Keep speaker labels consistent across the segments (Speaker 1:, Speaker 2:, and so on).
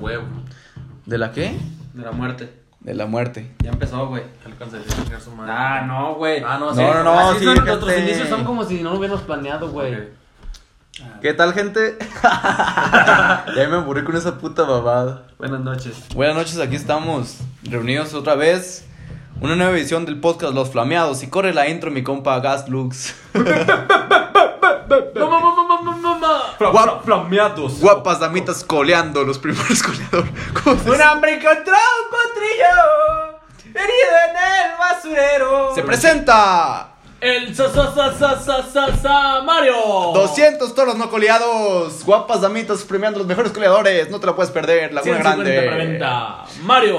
Speaker 1: Huevo.
Speaker 2: ¿De la qué?
Speaker 3: De la muerte.
Speaker 2: De la muerte.
Speaker 3: Ya empezó, güey.
Speaker 1: El cancerígeno su madre.
Speaker 3: Ah, no, güey.
Speaker 1: Ah, no,
Speaker 2: No,
Speaker 1: sí.
Speaker 2: no, no,
Speaker 3: Así
Speaker 2: sí,
Speaker 3: son
Speaker 2: gente.
Speaker 3: nuestros inicios son como si no lo hubiéramos planeado, güey.
Speaker 1: Ok.
Speaker 2: ¿Qué tal, gente? ya me aburrí con esa puta babada.
Speaker 3: Buenas noches.
Speaker 2: Buenas noches, aquí estamos reunidos otra vez. Una nueva edición del podcast Los Flameados. Y corre la intro, mi compa Gaslux.
Speaker 3: ¡Mamá, mamá, mamá, mamá!
Speaker 2: Guap-
Speaker 1: Flameados.
Speaker 2: Guapas damitas coleando, los primeros coleador. ¿Cómo se-
Speaker 3: hambre encontró un potrillo! ¡Herido en el basurero!
Speaker 2: Se presenta
Speaker 3: ¡El sa sa sa sa sa sa sa- Mario!
Speaker 2: 200 toros no coleados. Guapas damitas premiando los mejores coleadores. No te la puedes perder, Laguna
Speaker 3: 150
Speaker 2: Grande.
Speaker 3: preventa. ¡Mario!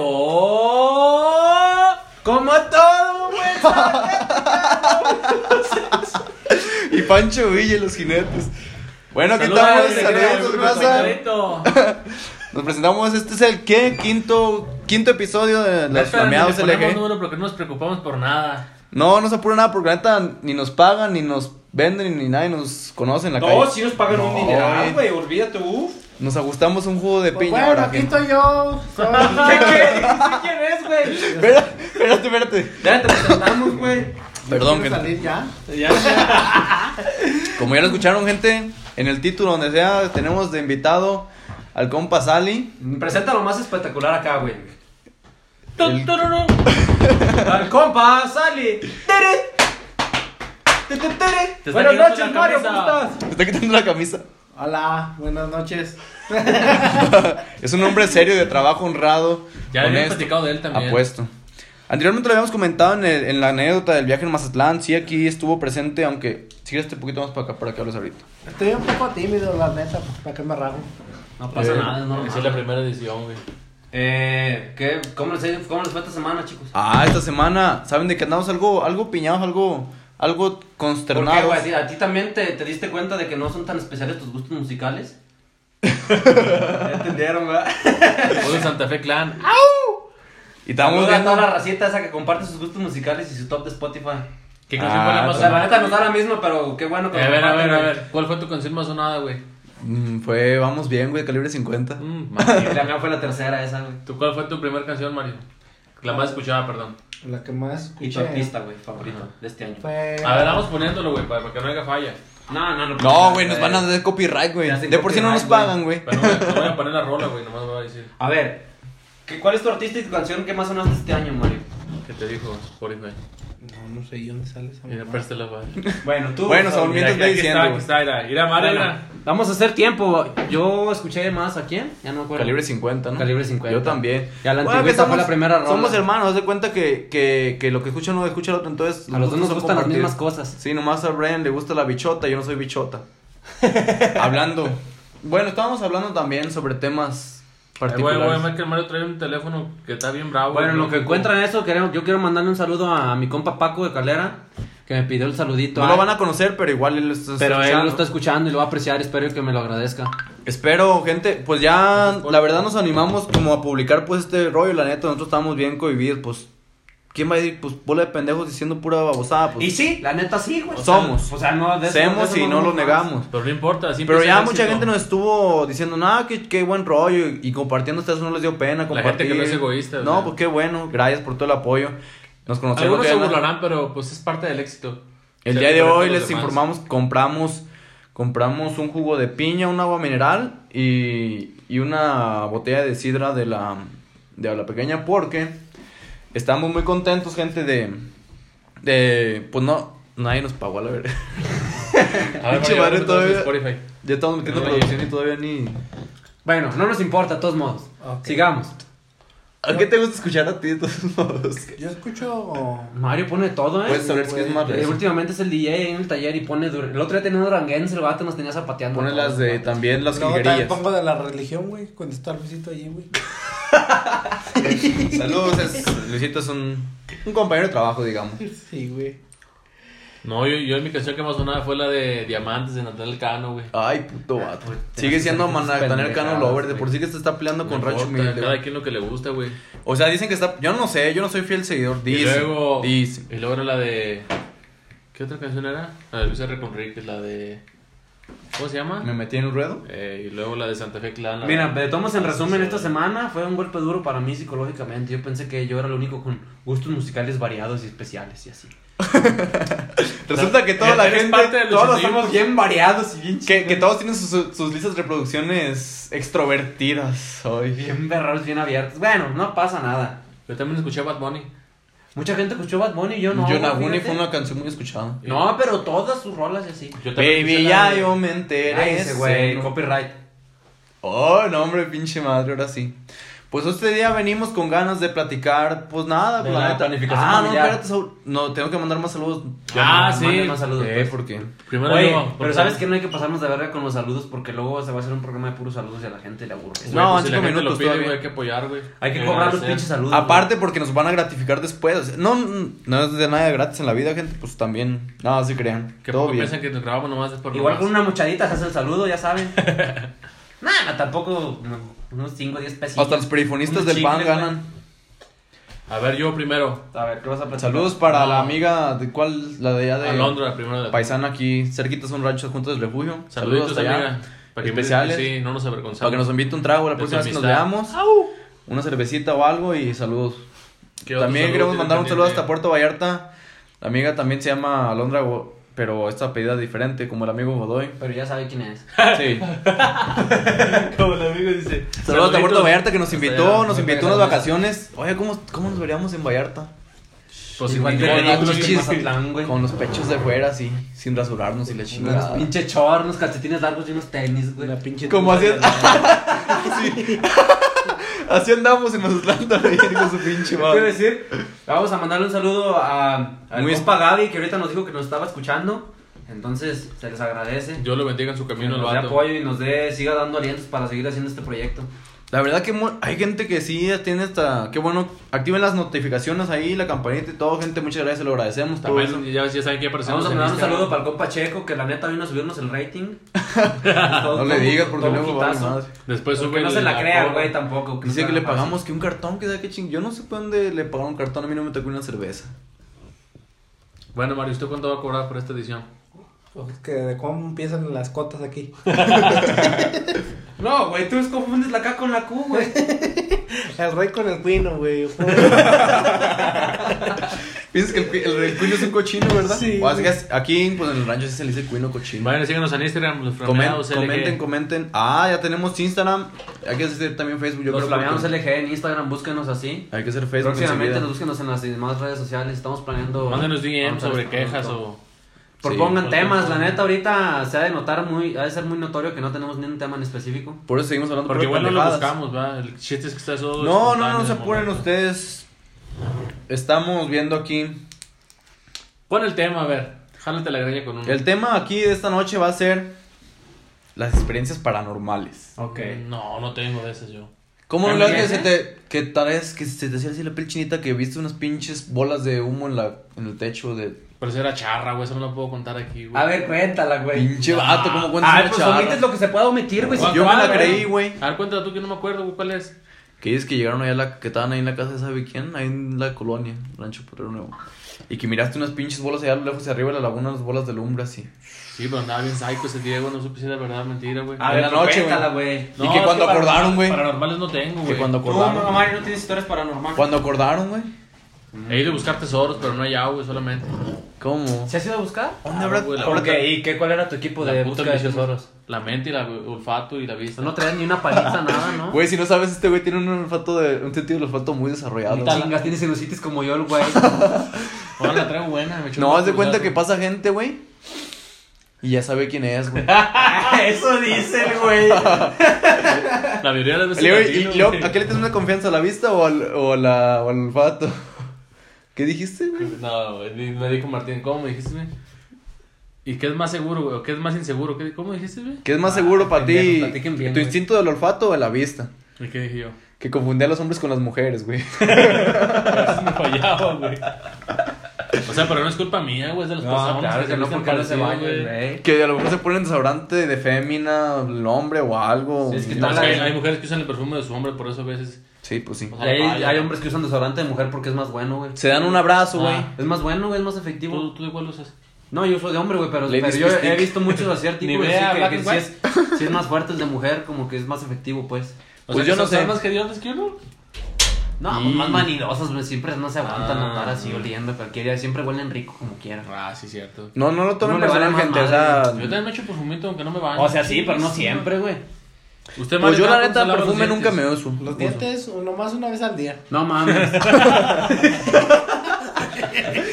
Speaker 3: ¡Como todo, güey!
Speaker 2: Y Pancho Villa y los jinetes. Bueno, aquí
Speaker 3: Saluda,
Speaker 2: estamos.
Speaker 3: te
Speaker 2: Saludos,
Speaker 3: creo,
Speaker 2: raza.
Speaker 3: Ricardo.
Speaker 2: Nos presentamos, este es el ¿qué? quinto, quinto episodio de
Speaker 1: Los
Speaker 2: Los Flameados
Speaker 1: ponemos
Speaker 2: LG.
Speaker 1: número porque no nos preocupamos por nada.
Speaker 2: No, no se apura nada porque la neta ni nos pagan, ni nos venden, ni nadie nos conoce en la
Speaker 4: No,
Speaker 2: calle.
Speaker 4: si nos pagan un
Speaker 2: No,
Speaker 4: dineral, güey, olvídate, uff.
Speaker 2: Nos ajustamos un jugo de piña.
Speaker 5: Pues bueno,
Speaker 2: ahora
Speaker 5: aquí
Speaker 2: que-
Speaker 5: estoy yo. soy-
Speaker 4: ¿Quién es, güey?
Speaker 2: Espera, espérate, espérate.
Speaker 4: Ya te presentamos, güey.
Speaker 2: Perdón,
Speaker 5: ¿Quieres
Speaker 2: gente.
Speaker 5: salir ya?
Speaker 2: Como ya lo escucharon, gente, en el título donde sea, tenemos de invitado al compa Sally.
Speaker 4: Presenta lo más espectacular acá, güey.
Speaker 2: El-
Speaker 3: Tururú.
Speaker 4: Al compa, Sally. Tere. Te, te, tere.
Speaker 1: Te está
Speaker 4: Buenas
Speaker 1: quitando
Speaker 4: noches,
Speaker 1: la
Speaker 4: Mario, ¿cómo
Speaker 1: camisa.
Speaker 4: estás?
Speaker 2: Te está quitando la camisa.
Speaker 5: Hola, buenas noches.
Speaker 2: Es un hombre serio, de trabajo honrado.
Speaker 1: Ya habíamos
Speaker 2: honesto.
Speaker 1: platicado de él también.
Speaker 2: Apuesto. Anteriormente lo habíamos comentado en, el- en la anécdota del viaje en Mazatlán. Sí, aquí estuvo presente, aunque si quieres te poquito más para acá para que hables ahorita.
Speaker 5: Estoy un poco tímido, la neta, pues, ¿para qué me rajo?
Speaker 4: No pasa
Speaker 2: Eh,
Speaker 4: nada,
Speaker 1: Esa
Speaker 4: es
Speaker 1: es
Speaker 4: normal.
Speaker 1: la primera edición, güey.
Speaker 4: Eh, ¿qué? ¿Cómo les, ha ido- ¿Cómo les fue esta semana, chicos?
Speaker 2: Ah, esta semana, ¿saben de que andamos algo, algo piñados, algo, algo
Speaker 4: ¿Por qué,
Speaker 2: consternados?
Speaker 4: güey? ¿A ti también te, te diste cuenta de que no son tan especiales tus gustos musicales? Ya entendieron, ¿verdad?
Speaker 1: Hoy Santa Fe Clan.
Speaker 2: y estábamos
Speaker 4: Estamos a toda la
Speaker 2: viendo.
Speaker 4: racita esa que comparte sus gustos musicales y su top de Spotify.
Speaker 1: ¿Qué canción fue la
Speaker 2: Ah,
Speaker 1: más
Speaker 4: O sea, la
Speaker 1: sonada?
Speaker 4: neta nos da la misma, pero qué bueno que
Speaker 1: A
Speaker 4: nos
Speaker 1: ver, a ver,
Speaker 4: comparten,
Speaker 1: a
Speaker 4: güey.
Speaker 1: ver. ¿Cuál fue tu canción más sonada, güey?
Speaker 2: Mm, fue, vamos bien, güey, calibre 50.
Speaker 1: Mm,
Speaker 4: Sí,
Speaker 1: Mario.
Speaker 4: La mía fue la tercera esa, güey.
Speaker 1: ¿Tú cuál fue tu primera canción, Mario? La más escuchada, perdón.
Speaker 5: La que
Speaker 4: Y
Speaker 5: más
Speaker 4: tu
Speaker 5: escuché ¿eh?
Speaker 4: artista, güey, favorito de este año.
Speaker 5: fue...
Speaker 1: A ver, vamos poniéndolo, güey, para para que no haga falla.
Speaker 4: No, no, no.
Speaker 2: No, güey, nos van a dar copyright, güey.
Speaker 4: Ya hacen
Speaker 2: De por sí no nos
Speaker 4: copyright, güey.
Speaker 2: pagan,
Speaker 1: Pero
Speaker 2: güey.
Speaker 1: no, voy- no voy a poner la rola, güey, nomás me voy a decir.
Speaker 4: A ver, ¿qué- ¿cuál es tu artista y tu canción que más sonaste este año, Mario?
Speaker 1: ¿Qué te dijo Spotify?
Speaker 5: No, no sé, ¿y dónde sale esa
Speaker 1: Mira,
Speaker 5: mamá?
Speaker 1: préstela, güey.
Speaker 4: Bueno, tú.
Speaker 2: Bueno, Saúl,
Speaker 1: Mira,
Speaker 2: mientras
Speaker 1: aquí, aquí
Speaker 2: ve
Speaker 1: está, aquí
Speaker 2: diciendo.
Speaker 1: está, mira. Mira, Mario,
Speaker 4: Bueno,
Speaker 1: mira.
Speaker 4: vamos a hacer tiempo. Yo escuché más a quién, ya no me acuerdo.
Speaker 2: Calibre 50, ¿no?
Speaker 4: Calibre 50.
Speaker 2: Yo también.
Speaker 4: Ya la
Speaker 2: Bueno,
Speaker 4: antigüita
Speaker 2: que
Speaker 4: fue la primera ronda.
Speaker 2: Somos hermanos, haz de cuenta que, que, que lo que escucha no escucha el otro, entonces...
Speaker 4: A los
Speaker 2: gustos
Speaker 4: dos nos
Speaker 2: son
Speaker 4: gustan las
Speaker 2: compartidos.
Speaker 4: mismas cosas.
Speaker 2: Sí, nomás a Brian le gusta la bichota, yo no soy bichota. hablando. Bueno, estábamos hablando también sobre temas
Speaker 1: Ay, Eh, Güey, güey,
Speaker 2: particulares.
Speaker 1: más que el Mario trae un teléfono que está bien bravo.
Speaker 4: Ah, Bueno, en
Speaker 1: güey.
Speaker 4: lo que encuentran eso, queremos- yo quiero mandarle un saludo a mi compa Paco de Calera, que me pidió el saludito.
Speaker 2: no
Speaker 4: ah,
Speaker 2: lo van a conocer, pero igual él lo está
Speaker 4: Pero él lo
Speaker 2: escuchando.
Speaker 4: está escuchando y lo va a apreciar, espero que me lo agradezca.
Speaker 2: Espero, gente, pues ya la verdad nos animamos como a publicar pues este rollo, la neta, nosotros estábamos bien cohibidos, pues... ¿Quién va a decir, pues, bola de pendejos diciendo pura babosada? Pues,
Speaker 4: Y sí, la neta sí, güey.
Speaker 2: Somos.
Speaker 4: O sea, no de eso- de
Speaker 2: Hacemos
Speaker 4: eso
Speaker 2: y no lo
Speaker 4: nos
Speaker 2: negamos.
Speaker 1: Pero no importa, siempre
Speaker 2: Pero
Speaker 1: es
Speaker 2: ya
Speaker 1: el
Speaker 2: mucha
Speaker 1: éxito.
Speaker 2: gente nos estuvo diciendo, nada, qué, qué buen rollo. Y, y compartiendo ustedes no les dio pena
Speaker 1: La
Speaker 2: compartir.
Speaker 1: gente que no es egoísta,
Speaker 2: No,
Speaker 1: ¿verdad?
Speaker 2: pues qué bueno. Gracias por todo el apoyo. Nos conocemos.
Speaker 1: Algunos se
Speaker 2: ya, ¿no?
Speaker 1: burlarán, pero pues es parte del éxito.
Speaker 2: El
Speaker 1: Ser
Speaker 2: día de
Speaker 1: diferente
Speaker 2: hoy
Speaker 1: a los
Speaker 2: les
Speaker 1: demás.
Speaker 2: informamos que compramos, compramos un jugo de piña, un agua mineral y, y una botella de sidra de la, de la pequeña porque estamos muy contentos, gente, de... de pues no, nadie nos pagó, la verdad.
Speaker 1: A ver,
Speaker 2: Pinche
Speaker 1: Mario,
Speaker 2: madre,
Speaker 1: vamos a hacer
Speaker 2: todavía-
Speaker 1: Spotify.
Speaker 2: Ya estamos metiendo
Speaker 1: Pero,
Speaker 2: producción y todavía ni...
Speaker 4: Bueno, no nos importa, de todos modos.
Speaker 5: Ok.
Speaker 4: Sigamos.
Speaker 2: ¿A qué te gusta escuchar a ti de todos modos?
Speaker 5: Yo escucho...
Speaker 4: Mario pone todo, ¿eh?
Speaker 2: Puedes saber si es más
Speaker 4: Eh,
Speaker 2: recio.
Speaker 4: últimamente es el DJ ahí en el taller y pone. dur- El otro día tenía un duranguense, el vato nos tenía zapateando.
Speaker 2: Pone las de también las
Speaker 5: Luego también
Speaker 2: jilguerías.
Speaker 5: pongo de la religión, güey, cuando está Luisito allí, güey.
Speaker 2: Saludos, es- Luisito es un, un compañero de trabajo, digamos.
Speaker 5: Sí, güey.
Speaker 1: No, yo, yo mi canción que más sonaba fue la de Diamantes de Natal Cano, güey.
Speaker 2: Ay, puto vato.
Speaker 4: Pues, te
Speaker 2: Sigue
Speaker 4: haces
Speaker 2: siendo
Speaker 4: esas
Speaker 2: Manatanel Cano
Speaker 4: pendejadas,
Speaker 2: Lover. De
Speaker 4: güey.
Speaker 2: por sí que se está peleando con
Speaker 1: No
Speaker 2: Rancho
Speaker 1: importa,
Speaker 2: Humilde.
Speaker 1: Cada
Speaker 2: güey.
Speaker 1: quien lo que le gusta, güey.
Speaker 2: O sea, dicen que está. Yo no sé, yo no soy fiel seguidor.
Speaker 1: Y
Speaker 2: Dicen.
Speaker 1: luego.
Speaker 2: Dicen.
Speaker 1: Y luego era la de. ¿Qué otra canción era? La de Luis R. Conrique, la de. ¿Cómo se llama?
Speaker 2: Me metí en un ruedo.
Speaker 1: Eh, y luego la de Santa Fe Clan. la-
Speaker 4: Mira, pero tomamos en
Speaker 1: la-
Speaker 4: resumen
Speaker 1: la-
Speaker 4: esta semana. Fue un golpe duro para mí psicológicamente. Yo pensé que yo era el único con gustos musicales variados y especiales y así.
Speaker 2: Resulta que toda la
Speaker 1: Eres
Speaker 2: gente,
Speaker 1: parte del
Speaker 2: todos los
Speaker 1: 81.
Speaker 2: somos
Speaker 4: Bien variados y bien ch-
Speaker 2: Que, que todos tienen sus, sus- sus listas de reproducciones extrovertidas hoy.
Speaker 4: bien berrados, bien abiertos. Bueno, no pasa nada.
Speaker 1: Yo también escuché a Bad Bunny.
Speaker 4: Mucha gente escuchó Bad Bunny y yo no.
Speaker 2: Yo
Speaker 4: güey,
Speaker 2: Naguni
Speaker 4: fíjate.
Speaker 2: fue una canción muy escuchada.
Speaker 4: No, pero todas sus rolas y así.
Speaker 1: Yo también
Speaker 2: Baby,
Speaker 1: escuché la
Speaker 2: ya
Speaker 1: de-
Speaker 2: yo me enteré.
Speaker 4: Ay, ese güey,
Speaker 2: sí, no.
Speaker 4: copyright.
Speaker 2: Oh, no, hombre, pinche madre, ahora sí. Pues este día venimos con ganas de platicar, pues nada,
Speaker 4: De
Speaker 2: pues,
Speaker 4: la
Speaker 2: neta.
Speaker 4: planificación
Speaker 2: Ah, no,
Speaker 4: familiar.
Speaker 2: espérate, Saúl. No, tengo que mandar más saludos.
Speaker 1: Ah,
Speaker 4: Ya,
Speaker 1: sí.
Speaker 4: manden más saludos,
Speaker 2: Eh,
Speaker 4: pues.
Speaker 2: ¿por qué?
Speaker 1: Primero
Speaker 4: Oye,
Speaker 1: yo, por
Speaker 4: pero
Speaker 1: favor.
Speaker 4: sabes que no hay que pasarnos de verga con los saludos porque luego se va a hacer un programa de puros saludos y a la gente le aburre.
Speaker 1: Güey,
Speaker 2: No,
Speaker 1: pues
Speaker 2: en
Speaker 1: si la
Speaker 2: cinco
Speaker 1: gente
Speaker 2: minutos
Speaker 1: lo pide,
Speaker 2: todavía.
Speaker 1: güey, hay que apoyar, güey.
Speaker 4: Hay que cobrar los
Speaker 1: Agradecer.
Speaker 4: pinches saludos.
Speaker 2: Aparte porque nos van a gratificar después. o sea, No, no es de nada gratis en la vida, gente, pues también. No, sí crean.
Speaker 1: Que
Speaker 2: Todo
Speaker 1: poco
Speaker 2: bien.
Speaker 1: piensan que nos grabamos nomás es por
Speaker 4: Igual con
Speaker 1: nomás.
Speaker 4: una mochadita se hace el saludo, ya saben. Nada, tampoco no, unos 5 o 10 pesitos.
Speaker 2: Hasta los perifonistas
Speaker 1: Unos
Speaker 2: del PAN
Speaker 1: chicles, güey.
Speaker 2: ganan.
Speaker 1: A ver, yo primero.
Speaker 4: A ver, ¿qué vas a platicar?
Speaker 2: Saludos para
Speaker 1: No.
Speaker 2: la amiga de cuál, la de allá de
Speaker 1: Alondra, primero de
Speaker 2: paisana aquí, cerquita son ranchos juntos del refugio.
Speaker 1: Saluditos,
Speaker 2: hasta allá.
Speaker 1: amiga. Para que
Speaker 2: Especiales.
Speaker 1: Sí, no nos avergonzamos.
Speaker 2: Para que nos invite un trago la
Speaker 1: De
Speaker 2: próxima
Speaker 1: tu
Speaker 2: vez que nos
Speaker 1: amistad.
Speaker 2: veamos. Una cervecita o algo y saludos.
Speaker 1: ¿Qué otro
Speaker 2: También
Speaker 1: saludo
Speaker 2: queremos
Speaker 1: tienen
Speaker 2: mandar un saludo
Speaker 1: pendiente?
Speaker 2: hasta Puerto Vallarta. La amiga también se llama Alondra, Go- pero esta pedida diferente, como el amigo Godoy.
Speaker 4: Pero ya sabe quién es.
Speaker 2: Sí.
Speaker 4: Como el amigo dice.
Speaker 2: Saludos hasta Puerto Vallarta que nos
Speaker 1: Hasta
Speaker 2: invitó,
Speaker 1: allá.
Speaker 2: nos invitó
Speaker 4: Muy
Speaker 2: a
Speaker 4: bien,
Speaker 2: unas
Speaker 4: saludos.
Speaker 2: vacaciones. Oye, ¿cómo, ¿cómo nos veríamos en Vallarta?
Speaker 1: Pues
Speaker 4: Igual
Speaker 1: igual
Speaker 4: que
Speaker 2: con
Speaker 4: películas
Speaker 2: los
Speaker 4: que en
Speaker 2: chis-
Speaker 4: Mazatlán, güey.
Speaker 2: Con los pechos de fuera, así, sin rasurarnos y la chingada.
Speaker 4: Pinche chor, unos calcetines largos y unos tenis, güey.
Speaker 5: Una pinche.
Speaker 2: Como
Speaker 5: tusa
Speaker 2: así,
Speaker 5: de la-
Speaker 2: Sí. así andamos en Mazatlán también con su pinche
Speaker 4: Quiero
Speaker 1: Pues,
Speaker 2: madre.
Speaker 4: decir, vamos a mandarle un saludo a, a
Speaker 2: Muy-
Speaker 4: compa Gaby, que ahorita nos dijo que nos estaba escuchando. Entonces, se les agradece.
Speaker 1: Dios lo bendiga en su
Speaker 4: que
Speaker 1: camino, el
Speaker 4: nos dé
Speaker 1: vato.
Speaker 4: apoyo y nos dé, siga dando alientos para seguir haciendo este proyecto.
Speaker 2: La verdad que mu- hay gente que sí tiene esta... Qué bueno, activen las notificaciones ahí, la campanita y todo, gente. Muchas gracias, se lo agradecemos. Pues, todo eso.
Speaker 1: También ya, ya saben que aparecemos
Speaker 4: Vamos a
Speaker 1: en
Speaker 4: mandar un
Speaker 1: Instagram.
Speaker 4: saludo para el compa Checo, que la neta vino a subirnos el rating.
Speaker 2: No le digas porque luego va madre.
Speaker 1: Después sube
Speaker 4: Que no
Speaker 1: el-
Speaker 4: se la crean,
Speaker 1: cola.
Speaker 4: güey, tampoco. no
Speaker 2: Dice
Speaker 4: se
Speaker 2: que le
Speaker 4: hagan fácil.
Speaker 2: pagamos que un cartón, que da que ching... Yo no sé por dónde le pagaron un cartón, a mí no me tocó una cerveza.
Speaker 1: Bueno, Mario, ¿usted cuánto va a cobrar por esta edición?
Speaker 5: Pues que de cómo empiezan las cotas aquí.
Speaker 4: No, güey, tú es- confundes la K con la Q, güey.
Speaker 5: El rey con el cuino, güey.
Speaker 2: Piensas que el, cu- el, el cuino es un cochino, ¿verdad?
Speaker 5: Sí.
Speaker 2: O así que aquí, pues en el rancho sí se le dice cuino cochino.
Speaker 1: Bueno, síganos en Instagram, los
Speaker 2: Comen-
Speaker 1: flameados LG.
Speaker 2: comenten, comenten. Ah, ya tenemos Instagram. Hay que hacer también Facebook. Yo
Speaker 4: Los
Speaker 2: creo
Speaker 4: flameados
Speaker 2: porque-
Speaker 4: LG en Instagram, búsquenos así.
Speaker 2: Hay que hacer Facebook.
Speaker 4: Próximamente
Speaker 2: enseguida.
Speaker 4: nos búsquenos en las demás redes sociales. Estamos planeando. este
Speaker 1: Mándenos DM
Speaker 4: vamos a
Speaker 1: sobre
Speaker 4: estar planeando
Speaker 1: quejas
Speaker 4: todo.
Speaker 1: o...
Speaker 4: Propongan
Speaker 1: Sí.
Speaker 4: temas, la neta ahorita se ha de notar muy, ha de ser muy notorio que no tenemos ni un tema en específico.
Speaker 2: Por eso seguimos hablando.
Speaker 1: Porque
Speaker 2: puras
Speaker 1: igual no lo
Speaker 2: pendejadas.
Speaker 1: buscamos, va. El chiste es que está todo...
Speaker 2: No, no,
Speaker 1: espontáneo
Speaker 2: no,
Speaker 1: en
Speaker 2: se
Speaker 1: el
Speaker 2: apuren
Speaker 1: momento.
Speaker 2: ustedes. Estamos viendo aquí.
Speaker 1: Pon el tema, a ver. Jálate la greña con uno.
Speaker 2: El tema aquí de esta noche va a ser las experiencias paranormales.
Speaker 4: Ok.
Speaker 1: No, no tengo de esas yo.
Speaker 2: ¿Cómo no
Speaker 4: ¿También
Speaker 2: le das que se
Speaker 4: ese?
Speaker 2: te que tal vez que se te hacía así la piel chinita que viste unas pinches bolas de humo en la en el techo de
Speaker 1: Pero eso era charra, güey. Eso no lo puedo contar aquí, güey.
Speaker 4: A ver, cuéntala, güey.
Speaker 2: pinche vato, ¿cómo cuentas
Speaker 4: Ah,
Speaker 2: una
Speaker 4: pues
Speaker 2: charra?
Speaker 4: omites lo que se pueda omitir, güey. si
Speaker 2: pues, Yo me
Speaker 4: quieres,
Speaker 2: la
Speaker 4: güey.
Speaker 2: creí, güey.
Speaker 1: A ver, cuéntala tú que no me acuerdo, güey. ¿Cuál es?
Speaker 2: Que dices que llegaron allá, a la, que estaban ahí en la casa de sabe quién, ahí en la colonia, Rancho Potrero Nuevo. Y que miraste unas pinches bolas allá a lo lejos de arriba de la laguna, unas bolas de lumbre así.
Speaker 1: Sí, pero andaba bien psycho ese Diego. No supe si era verdad o mentira, güey.
Speaker 4: A
Speaker 2: En
Speaker 4: ver,
Speaker 2: la
Speaker 4: pues,
Speaker 2: noche, güey.
Speaker 4: cuéntala, güey.
Speaker 2: y que
Speaker 1: es
Speaker 2: cuando
Speaker 1: paranormal-
Speaker 2: acordaron, güey.
Speaker 1: Paranormales no tengo,
Speaker 2: Que
Speaker 1: güey.
Speaker 2: cuando
Speaker 4: Tú, mamá,
Speaker 2: acordaron.
Speaker 4: no tienes historias paranormales.
Speaker 2: Cuando acordaron, güey.
Speaker 1: He ido a buscar tesoros, pero no hay agua, solamente.
Speaker 2: ¿Cómo?
Speaker 4: ¿Se has ido a buscar?
Speaker 2: ¿Dónde habrá?
Speaker 1: Ah, güey, la
Speaker 2: habrá-
Speaker 4: Ok, ¿y qué, cuál era tu equipo
Speaker 1: La
Speaker 4: de
Speaker 1: puta
Speaker 4: búsqueda de
Speaker 1: visión.
Speaker 4: tesoros?
Speaker 1: La mente y la olfato y la vista.
Speaker 4: No traes ni una paliza, nada, ¿no?
Speaker 2: Güey, si no sabes, este güey tiene un olfato de, un sentido del olfato muy desarrollado.
Speaker 4: Ni
Speaker 2: güey.
Speaker 4: chingas, tienes sinusitis como yo, el güey. Pues,
Speaker 1: Ahora la traigo buena. Me echó
Speaker 2: No,
Speaker 1: un
Speaker 2: haz de cuenta que
Speaker 1: pulgazo.
Speaker 2: pasa gente, güey. Y ya sabe quién es, güey.
Speaker 4: Eso dice el güey.
Speaker 1: La mayoría de las
Speaker 2: Le
Speaker 1: veces. la
Speaker 2: digo, y- y
Speaker 1: tiro,
Speaker 2: luego,
Speaker 1: güey.
Speaker 2: ¿A qué le tienes una confianza? ¿A la vista o al, o la, o al olfato? ¿Qué dijiste, güey?
Speaker 1: No, güey, ni- me dijo Martín, ¿cómo me dijiste, güey? ¿Y qué es más seguro, güey? ¿O qué es más inseguro? ¿Qué- ¿Cómo dijiste, güey?
Speaker 2: ¿Qué es más seguro para ti?
Speaker 4: Ah, pendejo, platiquen bien,
Speaker 2: ¿Tu
Speaker 4: güey.
Speaker 2: instinto del olfato o de la vista?
Speaker 1: ¿Y qué dije yo?
Speaker 2: Que confundía a los hombres con las mujeres, güey.
Speaker 1: A veces me fallaba, güey. O sea, pero no es culpa mía, güey, es de los pasados.
Speaker 4: pues, vaya, güey.
Speaker 2: que a lo mejor se ponen desodorante de fémina, el hombre o algo.
Speaker 4: Sí, es que
Speaker 2: Y
Speaker 1: No,
Speaker 2: no
Speaker 1: es
Speaker 4: tal-
Speaker 1: que
Speaker 2: sé.
Speaker 1: hay, hay mujeres que usan el perfume de su hombre, por eso a veces.
Speaker 2: Sí, pues sí.
Speaker 1: o sea,
Speaker 4: Hay,
Speaker 1: vaya.
Speaker 4: hay hombres que usan desodorante de mujer porque es más bueno, güey.
Speaker 2: Se dan un abrazo, güey.
Speaker 1: Ah.
Speaker 4: Es más bueno, güey, es más efectivo.
Speaker 1: ¿Tú, tú de cuál usas?
Speaker 4: No, yo soy de hombre, güey, pero,
Speaker 2: Ladies
Speaker 4: pero yo
Speaker 2: Fistic.
Speaker 4: he visto muchos así artículos
Speaker 1: vea
Speaker 4: así que,
Speaker 1: Black
Speaker 4: que
Speaker 1: and
Speaker 4: si, es, si es más fuerte es de mujer, como que es más efectivo, pues.
Speaker 1: O sea,
Speaker 2: Pues yo
Speaker 1: que
Speaker 2: no
Speaker 1: son- son
Speaker 2: sé.
Speaker 1: más hediondas que uno?
Speaker 4: No,
Speaker 2: Y-
Speaker 4: pues más vanidosos, güey, siempre no se aguantan
Speaker 1: Ah.
Speaker 4: andar así oliendo cualquiera, siempre huelen rico como quiera.
Speaker 1: Ah, sí, cierto.
Speaker 2: No, no lo tomen
Speaker 4: No le vale
Speaker 2: personal,
Speaker 4: más
Speaker 2: gente. O
Speaker 4: madre.
Speaker 2: sea,
Speaker 1: Yo también me echo perfumito aunque no me baño.
Speaker 4: O sea, sí, pero no siempre, güey.
Speaker 1: Usted
Speaker 2: pues
Speaker 1: Mario,
Speaker 2: yo la
Speaker 1: ¿cómo se
Speaker 2: neta
Speaker 1: lava los
Speaker 2: perfume nunca me
Speaker 1: dientes?
Speaker 2: uso.
Speaker 5: Los dientes nomás una vez al día.
Speaker 4: No mames.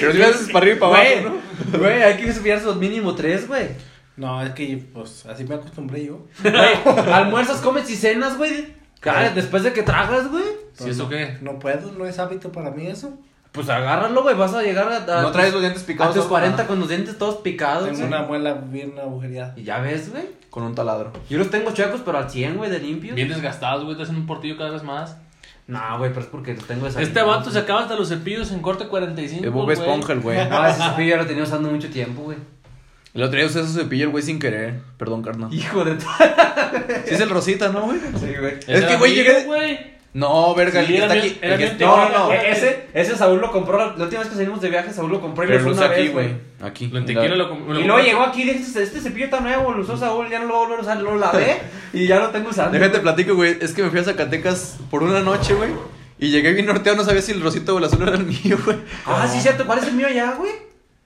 Speaker 2: Pero si me haces para arriba y para
Speaker 4: Güey,
Speaker 2: abajo, ¿no?
Speaker 4: güey, hay que espiar sus mínimo tres, güey.
Speaker 5: No, es que pues así me acostumbré yo.
Speaker 4: Güey, almuerzas, comes y cenas, güey. Cara, después de que tragas, güey.
Speaker 1: ¿Sí eso qué?
Speaker 5: No puedo, no es hábito para mí eso.
Speaker 4: Pues agárralo, güey, vas a llegar a, a
Speaker 2: No traes los dientes
Speaker 4: a
Speaker 2: picados.
Speaker 4: tus
Speaker 2: ¿no?
Speaker 4: 40 con los dientes todos picados,
Speaker 5: Tengo
Speaker 4: güey.
Speaker 5: una muela bien agujereada.
Speaker 4: Y ya ves, güey.
Speaker 2: Ah, Con un taladro.
Speaker 4: Yo los tengo chuecos, pero al 100, güey, de limpio.
Speaker 1: Bien desgastados, güey, te hacen un portillo cada vez más.
Speaker 4: No, güey, pero es porque los tengo desalineados.
Speaker 1: Este vato se acaba hasta los cepillos en corte 45.
Speaker 2: El Bob
Speaker 1: güey.
Speaker 2: Esponja, el güey.
Speaker 4: No, ese cepillo ya lo tenía usando mucho tiempo, güey.
Speaker 2: El otro día usé ese cepillo, el güey, sin querer. Perdón, carnal.
Speaker 4: Hijo de tu...
Speaker 2: Sí es el Rosita, ¿no, güey?
Speaker 4: Sí, güey.
Speaker 1: Ese
Speaker 2: Es que,
Speaker 1: era
Speaker 2: güey,
Speaker 1: mío,
Speaker 2: llegué-
Speaker 1: güey.
Speaker 2: No, verga,
Speaker 1: Sí,
Speaker 2: el que
Speaker 1: era
Speaker 2: está
Speaker 1: mi-
Speaker 2: aquí.
Speaker 1: era
Speaker 2: el que-
Speaker 1: mi
Speaker 2: No,
Speaker 1: teoría,
Speaker 2: no, no.
Speaker 1: güey.
Speaker 4: Ese, ese Saúl lo compró la la última vez que salimos de viaje, Saúl lo compró y
Speaker 2: Pero
Speaker 4: lo
Speaker 2: lo
Speaker 4: usó
Speaker 2: usé
Speaker 4: una
Speaker 2: aquí,
Speaker 4: vez,
Speaker 2: güey. Aquí.
Speaker 1: Lo en tequila lo com-
Speaker 4: Y luego llegó aquí y le dije, este cepillo está nuevo, lo usó Saúl, ya no lo voy a usar, lo lavé y ya lo tengo usando.
Speaker 2: Déjate platico, güey. Es que me fui a Zacatecas por una noche, güey. Y llegué bien norteado, no sabía si el rosito o el azul era el mío, güey.
Speaker 4: Ah, sí, cierto, ¿cuál es el mío allá, güey?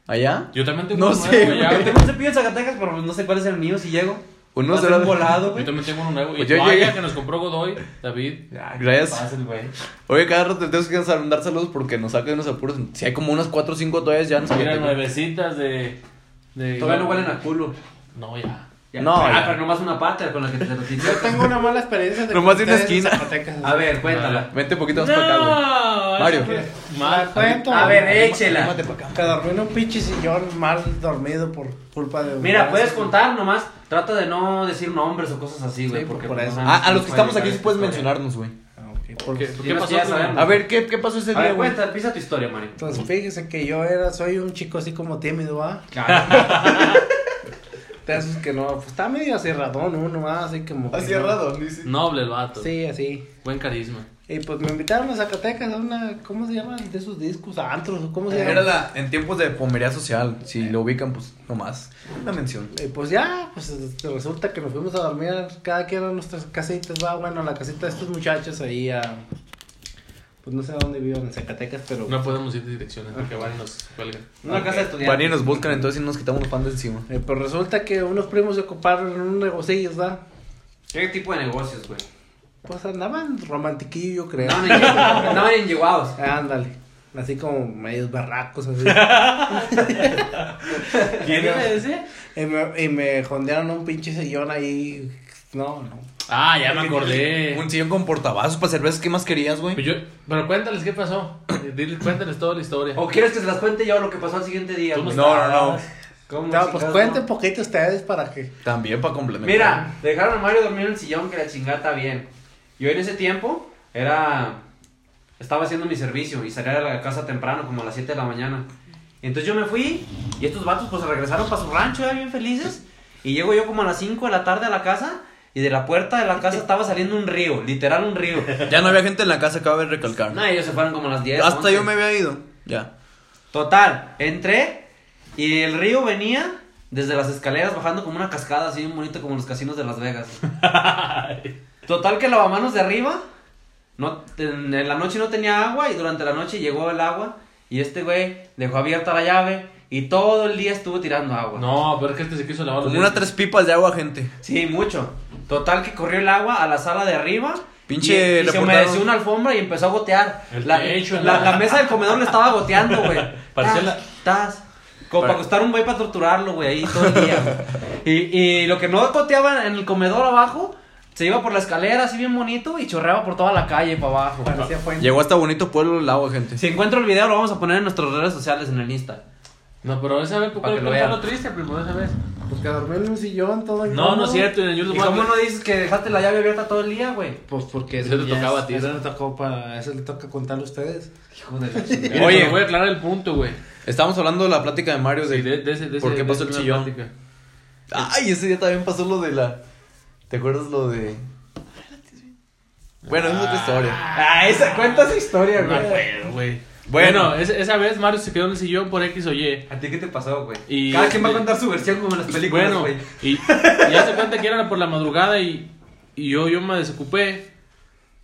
Speaker 2: ¿Allá?
Speaker 1: Yo también tengo
Speaker 2: No
Speaker 1: uno
Speaker 2: sé,
Speaker 1: nuevo,
Speaker 2: güey.
Speaker 1: ya,
Speaker 4: Yo
Speaker 1: güey.
Speaker 4: tengo un cepillo en Zacatecas, pero no sé cuál es el mío si llego.
Speaker 2: Uno
Speaker 4: Va a ser
Speaker 2: será-
Speaker 4: un volado,
Speaker 1: Yo
Speaker 4: güey.
Speaker 1: también tengo uno nuevo. Y
Speaker 2: Pues yo
Speaker 1: toalla
Speaker 2: llegué-
Speaker 1: que nos compró Godoy, David.
Speaker 4: Ay,
Speaker 2: Gracias.
Speaker 4: qué fácil, güey.
Speaker 2: Oye, cada rato te tenemos que mandar saludos porque nos sacan unos apuros. Si hay como unas 4 o 5 toallas ya en
Speaker 1: Mira,
Speaker 2: Zacatecas.
Speaker 1: nuevecitas de. de
Speaker 4: Todavía no huelen a culo.
Speaker 1: No, ya.
Speaker 4: Ya.
Speaker 2: No,
Speaker 4: Ah,
Speaker 2: ya.
Speaker 4: pero nomás una pata con la que te repitió.
Speaker 5: Yo tengo una mala experiencia de
Speaker 2: Nomás de una
Speaker 5: ustedes en
Speaker 2: esquina.
Speaker 5: Zacatecas.
Speaker 4: A ver, cuéntala.
Speaker 2: Vente poquito más para acá, güey. Mario.
Speaker 5: La cuento.
Speaker 4: A ver, échela.
Speaker 2: Arrímate pa' acá.
Speaker 5: Que dormí en un pinche sillón mal dormido por culpa de.
Speaker 4: Mira, puedes
Speaker 5: Así.
Speaker 4: contar nomás. Trata de no decir nombres o cosas así, güey.
Speaker 5: Sí,
Speaker 4: porque pues
Speaker 5: por
Speaker 4: no
Speaker 5: eso.
Speaker 4: sabes
Speaker 2: Ah, A, a los que
Speaker 4: cómo
Speaker 2: estamos
Speaker 4: llegar
Speaker 2: aquí
Speaker 4: a
Speaker 2: sí
Speaker 4: esta
Speaker 2: puedes
Speaker 4: historia.
Speaker 2: mencionarnos, güey.
Speaker 5: Ah, ok, porque-
Speaker 1: ¿Qué,
Speaker 4: Ya
Speaker 1: pasó?
Speaker 4: sabemos.
Speaker 1: güey?
Speaker 2: A ver, ¿qué, qué pasó ese
Speaker 4: A
Speaker 2: día,
Speaker 4: ver,
Speaker 2: güey?
Speaker 4: cuenta, empieza tu historia, Mario.
Speaker 5: Pues fíjese que yo era, soy un chico así como tímido, ¿ah?
Speaker 4: Claro.
Speaker 5: De esos que no, pues está medio cerradón uno, ¿ah? Así como. que no.
Speaker 2: dice.
Speaker 1: Noble el vato.
Speaker 5: Sí, así.
Speaker 1: Buen carisma.
Speaker 5: Y pues me invitaron a Zacatecas a una, ¿cómo se llama? De esos discos, antros, ¿cómo se llama?
Speaker 2: Era la, en tiempos de pomería social. Si lo ubican, pues nomás. Una mención.
Speaker 5: Y pues ya, pues este, resulta que nos fuimos a dormir cada quien a nuestras casitas, va, bueno, a la casita de estos muchachos ahí a... Pues no sé a dónde viven, en Zacatecas, pero...
Speaker 1: No podemos ir de direcciones porque van y nos cuelgan.
Speaker 4: Una casa de estudiantes.
Speaker 2: Van y nos buscan, entonces y nos quitamos los pan de encima.
Speaker 5: Eh, pues resulta que unos primos se ocuparon en un negocio, ¿verdad?
Speaker 4: ¿Qué tipo de negocios, güey?
Speaker 5: Pues andaban romantiquillo, yo
Speaker 2: Eh.
Speaker 5: creo.
Speaker 4: No, no, no, en llevados.
Speaker 5: Ándale, así como medios barracos, así.
Speaker 1: ¿Quién era ese?
Speaker 5: y, me, y me jondearon un pinche sillón ahí, no, no.
Speaker 1: Ah, ya me acordé.
Speaker 2: Un sillón con portavasos para cervezas. ¿Qué más querías, güey?
Speaker 1: Pues yo- pero cuéntales qué pasó. Diles, cuéntales toda la historia.
Speaker 4: ¿O quieres que se las cuente yo lo que pasó al siguiente día?
Speaker 1: Tú no
Speaker 4: güey?
Speaker 2: No, no, no.
Speaker 4: ¿Cómo,
Speaker 5: No, pues
Speaker 4: chingados,
Speaker 5: cuenten
Speaker 4: no?
Speaker 5: poquito ustedes para que...
Speaker 2: También para complementar.
Speaker 4: Mira, dejaron a Mario dormir en el sillón que la chingata bien. Yo en ese tiempo era. Estaba haciendo mi servicio y salía de la casa temprano, como a las 7 de la mañana. Entonces yo me fui y estos vatos pues regresaron para su rancho, ya bien felices. Y llego yo como a las 5 de la tarde a la casa y de la puerta de la casa estaba saliendo un río, literal un río.
Speaker 2: Ya no había gente en la casa, cabe recalcar.
Speaker 4: No, ellos se fueron como a las 10.
Speaker 2: Hasta
Speaker 4: 11.
Speaker 2: yo me había ido. Ya.
Speaker 4: Total, entré y el río venía desde las escaleras bajando como una cascada, así bien bonito como los casinos de Las Vegas. Total que lavamanos de arriba, no, en, en la noche no tenía agua y durante la noche llegó el agua y este güey dejó abierta la llave y todo el día estuvo tirando agua.
Speaker 1: No, pero es que este se quiso lavar los
Speaker 2: Como unas tres
Speaker 1: dientes.
Speaker 2: pipas de agua, gente.
Speaker 4: Sí, mucho. Total que corrió el agua a la sala de arriba.
Speaker 2: Pinche
Speaker 4: y- y, se
Speaker 2: reportado.
Speaker 4: humedeció una alfombra y empezó a gotear.
Speaker 1: El
Speaker 4: La,
Speaker 1: techo,
Speaker 4: la-
Speaker 1: ¿no?
Speaker 4: la mesa del comedor le estaba goteando, güey.
Speaker 1: Parecía
Speaker 4: Tas,
Speaker 1: la-
Speaker 4: tas. Como
Speaker 2: Pare-
Speaker 4: para acostar un güey para torturarlo, güey, ahí todo el día. güey. y, y lo que no goteaba en el comedor abajo, se iba por la escalera así bien bonito y chorreaba por toda la calle para abajo.
Speaker 5: Parecía fuente.
Speaker 2: Llegó hasta bonito pueblo el agua, gente.
Speaker 4: Si encuentro el video lo vamos a poner en nuestras redes sociales, en el Insta.
Speaker 1: No, pero esa vez,
Speaker 4: Para
Speaker 1: ¿cuál
Speaker 4: que lo
Speaker 1: cuál fue
Speaker 4: vean.
Speaker 1: lo triste, primo? Esa vez.
Speaker 5: Porque Pues dormí en un sillón todo
Speaker 1: No, no
Speaker 5: incómodo.
Speaker 1: es cierto. En el YouTube
Speaker 4: ¿Y cómo no dices que dejaste la llave abierta todo el día, güey?
Speaker 5: Pues porque
Speaker 1: Eso te
Speaker 5: ya
Speaker 1: tocaba
Speaker 5: es-
Speaker 1: a ti,
Speaker 5: Eso
Speaker 1: ¿no?
Speaker 5: le tocó para eso le toca contarle a ustedes.
Speaker 4: Hijo de la chingada.
Speaker 1: Oye,
Speaker 2: Oye.
Speaker 1: pero voy a aclarar el punto, güey.
Speaker 2: Estábamos hablando de la plática de Mario.
Speaker 1: Sí,
Speaker 2: De,
Speaker 1: de- de ese- de
Speaker 2: ¿Por
Speaker 1: ese-
Speaker 2: qué
Speaker 1: de
Speaker 2: pasó el
Speaker 1: esa
Speaker 2: chillón?
Speaker 1: plática.
Speaker 2: Ay, ese día también pasó lo de la. ¿Te acuerdas lo de.? Bueno, es otra historia.
Speaker 4: Ah, esa, cuenta esa historia,
Speaker 1: No me
Speaker 4: güey.
Speaker 1: acuerdo, güey. Bueno,
Speaker 2: Bueno,
Speaker 1: es- esa vez Mario se quedó en el sillón por X o Y.
Speaker 4: ¿A ti qué te pasó, güey?
Speaker 1: Y- este,
Speaker 4: Cada quien va a contar su versión como en las películas,
Speaker 1: bueno,
Speaker 4: güey.
Speaker 1: y, y ya se cuenta que era por la madrugada y, y yo, yo me desocupé.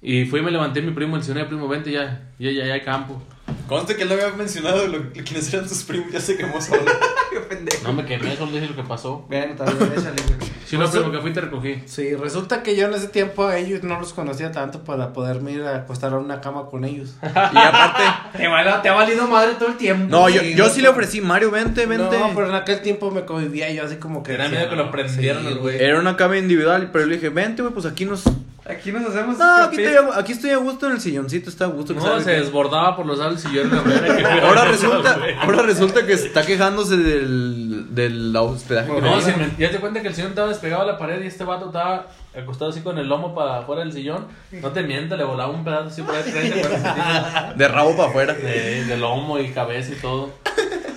Speaker 1: Y fui y me levanté mi primo, el señor de primo, vente ya, ya, ya, ya hay campo.
Speaker 2: conste que él había mencionado lo, quiénes eran sus primos, ya se quemó solo.
Speaker 4: Qué pendejo.
Speaker 1: No me quemé, solo dije lo que pasó.
Speaker 4: Bueno, también échale, güey.
Speaker 1: Sí,
Speaker 2: Pues,
Speaker 1: lo primo que fui y te recogí.
Speaker 5: Sí, resulta que yo en ese tiempo a ellos no los conocía tanto para poderme ir a acostar a una cama con ellos.
Speaker 2: Y aparte,
Speaker 4: Te, valió- te ha valido madre todo el tiempo.
Speaker 2: no, yo,
Speaker 4: güey.
Speaker 2: yo sí le ofrecí, Mario, vente, vente.
Speaker 5: No, pero en aquel tiempo me convivía yo así como que.
Speaker 1: Era
Speaker 5: decía,
Speaker 1: miedo que lo
Speaker 5: no,
Speaker 1: prendieran
Speaker 5: sí,
Speaker 1: al güey.
Speaker 2: Era una cama individual, pero yo le dije, vente, güey, pues aquí nos...
Speaker 4: Aquí nos hacemos.
Speaker 2: No, aquí
Speaker 4: escape.
Speaker 2: estoy, a, aquí estoy a gusto en el silloncito, está a gusto. que
Speaker 1: No,
Speaker 2: sabe
Speaker 1: se
Speaker 2: que-
Speaker 1: desbordaba por los aros y yo era la manera que fui.
Speaker 2: Ahora resulta, ahora resulta que está quejándose del, del hospedaje. que le
Speaker 1: No,
Speaker 2: dieron.
Speaker 1: se me- ya te cuenta que el señor estaba despegado a la pared y este vato estaba acostado así con el lomo para afuera del sillón. No te mientas, le volaba un pedazo así por ahí 30, 40 centímetros
Speaker 2: De rabo para afuera.
Speaker 1: de, de lomo y cabeza y todo.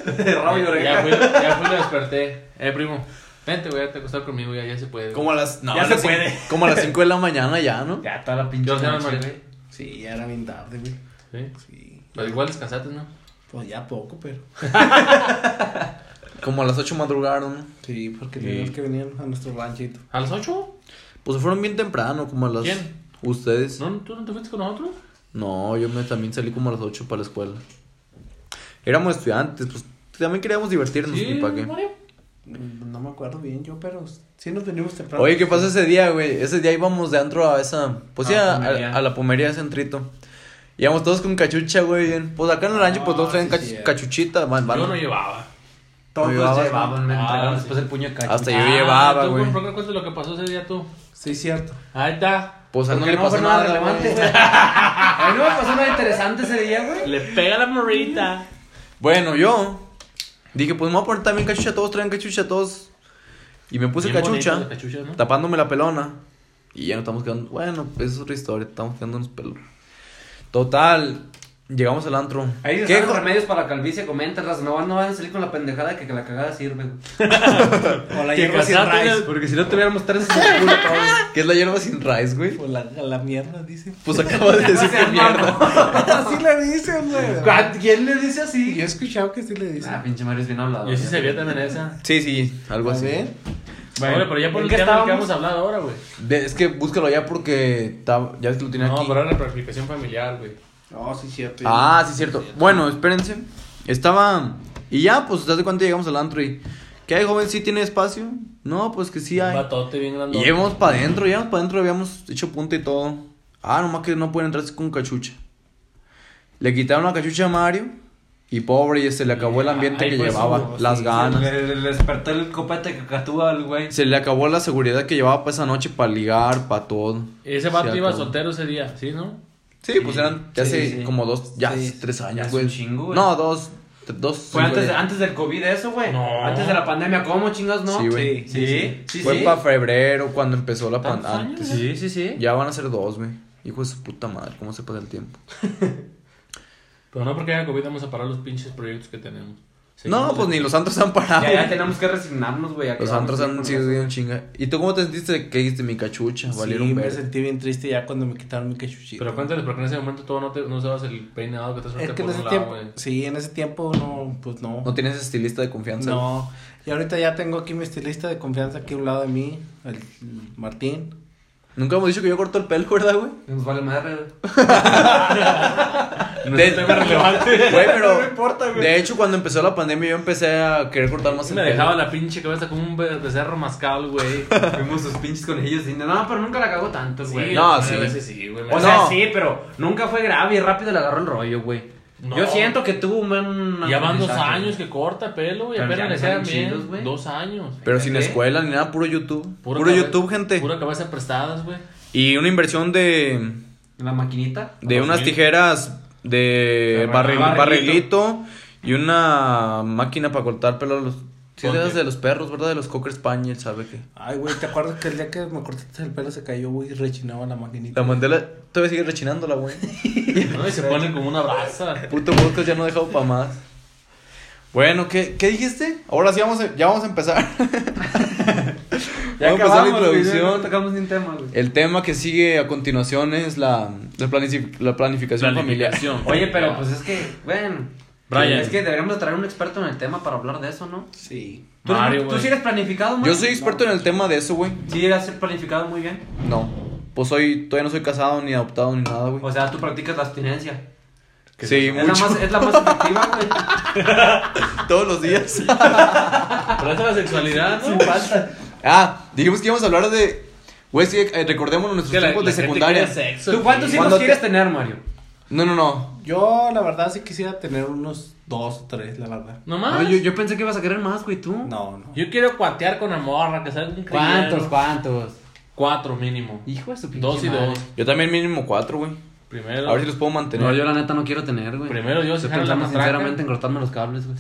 Speaker 4: De rabo y
Speaker 1: Ya
Speaker 4: oreja.
Speaker 1: fui, ya fui y lo desperté. Eh, primo, vente, güey, ya te acostar conmigo, ya, ya se puede.
Speaker 2: Como a las... no,
Speaker 4: Ya
Speaker 2: a las
Speaker 4: se
Speaker 2: cin-
Speaker 4: puede.
Speaker 2: Como a las 5 de la mañana ya, ¿no?
Speaker 4: Ya, toda la pinche.
Speaker 1: Yo se llama
Speaker 4: noche,
Speaker 1: Mario.
Speaker 5: Sí, ya era bien tarde, güey.
Speaker 1: Sí.
Speaker 5: Sí.
Speaker 1: Pero igual descansaste, ¿no?
Speaker 5: Pues ya poco, pero.
Speaker 2: Como a las 8 madrugaron. ¿no?
Speaker 5: Sí, porque
Speaker 1: Sí.
Speaker 5: teníamos que venían a nuestro ranchito.
Speaker 1: ¿A las 8?
Speaker 2: Pues se fueron bien temprano, como a las...
Speaker 1: ¿Quién?
Speaker 2: Ustedes.
Speaker 1: ¿No, ¿Tú no te fuiste con nosotros?
Speaker 2: No, yo me, también salí como a las 8 para la escuela. Éramos estudiantes, pues también queríamos divertirnos.
Speaker 1: Sí,
Speaker 2: ¿y para qué?
Speaker 1: Mario.
Speaker 5: Mm, No me acuerdo bien yo, pero sí nos venimos temprano.
Speaker 2: Oye, ¿qué pasó ese día, güey? Ese día íbamos de antro a esa... Pues sí,
Speaker 4: A
Speaker 2: a,
Speaker 4: la
Speaker 2: a,
Speaker 4: pomería.
Speaker 2: a la pomería de Centrito. Íbamos todos con cachucha, güey. bien. Pues acá en el rancho, pues todos
Speaker 5: Ah,
Speaker 2: traen
Speaker 5: sí,
Speaker 2: cach-
Speaker 5: cierto.
Speaker 2: cachuchita. Van, van.
Speaker 1: Yo no llevaba.
Speaker 4: Todos
Speaker 2: Yo llevaba-
Speaker 4: llevaban, pues me
Speaker 1: Ah,
Speaker 4: entregaron
Speaker 1: sí.
Speaker 4: después el puño de cacho.
Speaker 2: Hasta yo llevaba,
Speaker 1: Ah, tú,
Speaker 2: güey.
Speaker 1: ¿Por qué cuentas lo que pasó ese día tú?
Speaker 5: Sí, cierto.
Speaker 1: Ahí está.
Speaker 2: Pues a él no
Speaker 4: Porque
Speaker 2: le
Speaker 4: no
Speaker 2: pasó
Speaker 4: fue nada
Speaker 2: nada,
Speaker 4: relevante,
Speaker 2: güey.
Speaker 4: güey. A mí no me pasó nada interesante ese día, güey.
Speaker 1: Le pega la morrita.
Speaker 2: Bueno, yo dije, pues me voy a poner también cachucha. Todos traen cachucha, todos. Y me puse
Speaker 1: Bien
Speaker 2: cachucha,
Speaker 1: bonito, la cachucha, ¿no?
Speaker 2: tapándome la pelona. Y ya no estamos quedando. Bueno, pues es otra historia. Estamos quedando unos pelos. Total, llegamos al antro.
Speaker 4: Ahí se
Speaker 2: ¿Qué
Speaker 4: saben
Speaker 2: jo-
Speaker 4: remedios para la calvicie, comenta, raza. No, van- no van a salir con la pendejada de que, que la cagada sirve, güey.
Speaker 5: O la
Speaker 1: Que
Speaker 5: hierba sin
Speaker 1: casaste
Speaker 5: raíz.
Speaker 1: en el- Porque si no tuviéramos tres en el culo todos.
Speaker 2: ¿Qué es la hierba sin raíz, güey?
Speaker 5: Pues la, la mierda, dice.
Speaker 2: Pues acabo de decir que mierda.
Speaker 5: Así le dicen, güey.
Speaker 4: ¿A ¿Quién le dice
Speaker 5: Yo he
Speaker 4: así?
Speaker 5: escuchado que sí le dicen.
Speaker 4: Ah, pinche Mario es bien hablado.
Speaker 1: Yo sí sabía también esa.
Speaker 2: Sí, sí, algo
Speaker 5: A
Speaker 2: así.
Speaker 5: ver.
Speaker 1: Bueno, pero ya por
Speaker 4: ¿en
Speaker 1: el
Speaker 4: qué
Speaker 1: tema del que
Speaker 4: estábamos?
Speaker 1: vamos a hablar ahora, güey.
Speaker 2: De- es que búscalo ya porque ta- ya ves que lo tiene
Speaker 1: No,
Speaker 2: aquí.
Speaker 1: pero era la planificación familiar, güey.
Speaker 5: No, sí, cierto.
Speaker 2: Ah, sí, cierto. Bueno, espérense. Estaba. Y ya, pues, ¿te de cuenta? Llegamos al antro y. ¿Qué hay, joven? ¿Sí tiene espacio? No, pues que sí
Speaker 1: Un
Speaker 2: hay.
Speaker 1: batote bien grande.
Speaker 2: Y íbamos para adentro, íbamos para adentro, habíamos hecho punta y todo. Ah, nomás que no pueden entrar con cachucha. Le quitaron la cachucha a Mario. Y pobre, y se le acabó el ambiente
Speaker 1: Ahí
Speaker 2: que
Speaker 1: fue
Speaker 2: llevaba,
Speaker 1: su-
Speaker 2: las ganas.
Speaker 4: Le, le- le despertó el copete que catúa al güey.
Speaker 2: Se le acabó la seguridad que llevaba para esa noche, para ligar, para todo.
Speaker 1: Ese
Speaker 2: Se
Speaker 1: vato
Speaker 2: acabó.
Speaker 1: iba soltero ese día, ¿sí, no?
Speaker 2: Sí, pues eran ya
Speaker 4: Sí,
Speaker 2: hace
Speaker 4: sí.
Speaker 2: como dos, ya
Speaker 4: Sí,
Speaker 2: tres
Speaker 4: ya
Speaker 2: años,
Speaker 4: es
Speaker 2: güey.
Speaker 4: un chingo, güey.
Speaker 2: No, dos, t- dos.
Speaker 4: Fue
Speaker 2: sí,
Speaker 4: antes, de-
Speaker 2: güey.
Speaker 4: antes del COVID eso, güey.
Speaker 1: No.
Speaker 4: Antes de la pandemia, ¿cómo chingas no?
Speaker 2: Sí, güey.
Speaker 4: Sí, sí, sí. sí,
Speaker 2: Fue
Speaker 4: sí.
Speaker 2: para febrero cuando empezó la
Speaker 1: ¿Tantos
Speaker 2: pandemia.
Speaker 1: años?
Speaker 4: Sí, sí, sí.
Speaker 2: Ya van a ser dos, güey. Hijo de su puta madre, cómo se pasa el tiempo.
Speaker 1: Pero no porque haya COVID vamos a parar los pinches proyectos que tenemos.
Speaker 2: no,
Speaker 1: Seguimos
Speaker 2: pues
Speaker 1: en-
Speaker 2: ni los antros han parado.
Speaker 4: Ya, ya
Speaker 2: güey.
Speaker 4: tenemos que resignarnos, güey. a que
Speaker 2: los
Speaker 4: vamos
Speaker 2: antros
Speaker 4: a ir
Speaker 2: han
Speaker 4: con
Speaker 2: sido
Speaker 4: eso.
Speaker 2: bien chinga. ¿Y tú cómo te sentiste que dijiste mi cachucha? Valieron
Speaker 5: sí, me
Speaker 2: verga?
Speaker 5: sentí bien triste ya cuando me quitaron mi cachuchito.
Speaker 1: Pero cuéntales, porque en ese momento todo no, te, no usabas el peinado que te
Speaker 5: Es
Speaker 1: suelte
Speaker 5: que en
Speaker 1: por
Speaker 5: ese
Speaker 1: un lado,
Speaker 5: tiempo,
Speaker 1: güey.
Speaker 5: sí, en ese tiempo no, pues no.
Speaker 2: ¿No tienes estilista de confianza?
Speaker 5: No, y ahorita ya tengo aquí mi estilista de confianza aquí a un lado de mí, el Martín.
Speaker 2: Nunca hemos dicho que yo corto el pelo, ¿verdad, güey?
Speaker 4: Nos vale madre, güey.
Speaker 1: No es un tema relevante.
Speaker 2: Güey, pero.
Speaker 4: No importa, güey.
Speaker 2: De hecho, cuando empezó la pandemia, yo empecé a querer cortar más
Speaker 1: Sí
Speaker 2: el
Speaker 1: Me
Speaker 2: pelo.
Speaker 1: dejaba la pinche cabeza como un be- becerro mascado, güey. Pues
Speaker 4: Fuimos sus pinches conejillos de India. No, pero nunca la cagó tanto, güey.
Speaker 1: Sí,
Speaker 2: no,
Speaker 1: a
Speaker 2: sí.
Speaker 1: veces sí, güey.
Speaker 4: O sea,
Speaker 2: No.
Speaker 4: sí, pero nunca fue grave y rápido le agarró el rollo, güey.
Speaker 1: No.
Speaker 4: Yo siento que tuvo un buen.
Speaker 1: Ya van dos
Speaker 4: aprendizaje,
Speaker 1: años
Speaker 4: güey.
Speaker 1: que corta pelo, güey.
Speaker 4: Pero ya
Speaker 1: Apenas le
Speaker 4: están
Speaker 1: quedan bien.
Speaker 4: chidos, güey.
Speaker 1: Dos años.
Speaker 2: Pero sin
Speaker 4: ¿Qué?
Speaker 2: escuela ni nada, puro YouTube.
Speaker 1: Pura
Speaker 2: puro
Speaker 1: cabeza-
Speaker 2: YouTube, gente.
Speaker 1: Pura cabeza prestadas, güey.
Speaker 2: Y una inversión de,
Speaker 4: La maquinita.
Speaker 2: de
Speaker 1: Dos
Speaker 2: unas
Speaker 1: mil.
Speaker 2: tijeras de
Speaker 4: Ah,
Speaker 2: barril-
Speaker 4: barrilito.
Speaker 2: barrilito y una máquina para cortar pelo a los... Sí,
Speaker 1: Ok.
Speaker 2: de esas de los perros, ¿verdad? De los Cocker Spaniel, ¿sabe qué?
Speaker 5: Ay, güey, ¿te acuerdas que el día que me cortaste el pelo se cayó, güey, y rechinaba la maquinita?
Speaker 2: La mandela todavía sigue rechinándola, güey.
Speaker 1: ¿no? Y se pone como una brasa.
Speaker 2: Puto podcast ya no ha dejado para más. Bueno, ¿qué, qué dijiste? Ahora sí vamos a- ya vamos a empezar.
Speaker 4: Ya
Speaker 2: Vamos a empezar la
Speaker 4: acabamos, güey,
Speaker 2: introducción.
Speaker 4: No tocamos ni un tema, güey.
Speaker 2: El tema que sigue a continuación es la, la, planifi- la planificación familiar.
Speaker 1: Planificación.
Speaker 4: Oye, pero pues es que, bueno.
Speaker 1: Brian.
Speaker 4: Es que deberíamos de traer un experto en el tema para hablar de eso, ¿no?
Speaker 5: Sí.
Speaker 4: ¿Tú, eres-
Speaker 1: Mario,
Speaker 4: tú
Speaker 1: güey.
Speaker 4: sí eres planificado, Mario?
Speaker 2: Yo soy experto en el tema de eso, güey.
Speaker 4: Sí, eres planificado muy bien.
Speaker 2: No. Pues soy, todavía no soy casado, ni adoptado, ni nada, güey.
Speaker 4: O sea, tú practicas la abstinencia.
Speaker 2: Sí,
Speaker 4: Es la,
Speaker 2: mucho.
Speaker 4: más, es la más efectiva, güey.
Speaker 2: Todos los días.
Speaker 1: Pero esa es la sexualidad, ¿no?
Speaker 4: falta.
Speaker 2: ah, dijimos que íbamos a hablar de... Güey, sí, eh, recordemos nuestros
Speaker 1: Que la-
Speaker 2: tiempos
Speaker 1: la
Speaker 2: de
Speaker 1: gente
Speaker 2: secundaria.
Speaker 1: quiere sexo,
Speaker 4: ¿Tú cuántos
Speaker 1: güey.
Speaker 4: hijos
Speaker 2: Cuando te-
Speaker 4: quieres tener, Mario?
Speaker 2: No, no, no.
Speaker 5: Yo, la verdad, sí quisiera tener unos dos, tres, la verdad.
Speaker 1: ¿No más?
Speaker 4: Ay, yo, yo pensé que ibas a querer más, güey, tú.
Speaker 5: No, no.
Speaker 1: Yo quiero cuatear con amorra, que salga un
Speaker 4: ¿Cuántos,
Speaker 1: criadero.
Speaker 4: cuántos?
Speaker 1: Cuatro mínimo.
Speaker 4: Hijo de su pinche
Speaker 1: Dos y
Speaker 4: madre.
Speaker 1: dos.
Speaker 2: Yo también mínimo cuatro, güey.
Speaker 1: Primero.
Speaker 2: A ver si los puedo mantener.
Speaker 4: No, yo la neta no quiero tener, güey.
Speaker 1: Primero Dios,
Speaker 4: Estoy
Speaker 1: dejar la
Speaker 4: pensando
Speaker 1: matraca.
Speaker 4: sinceramente en cortarme los cables, güey.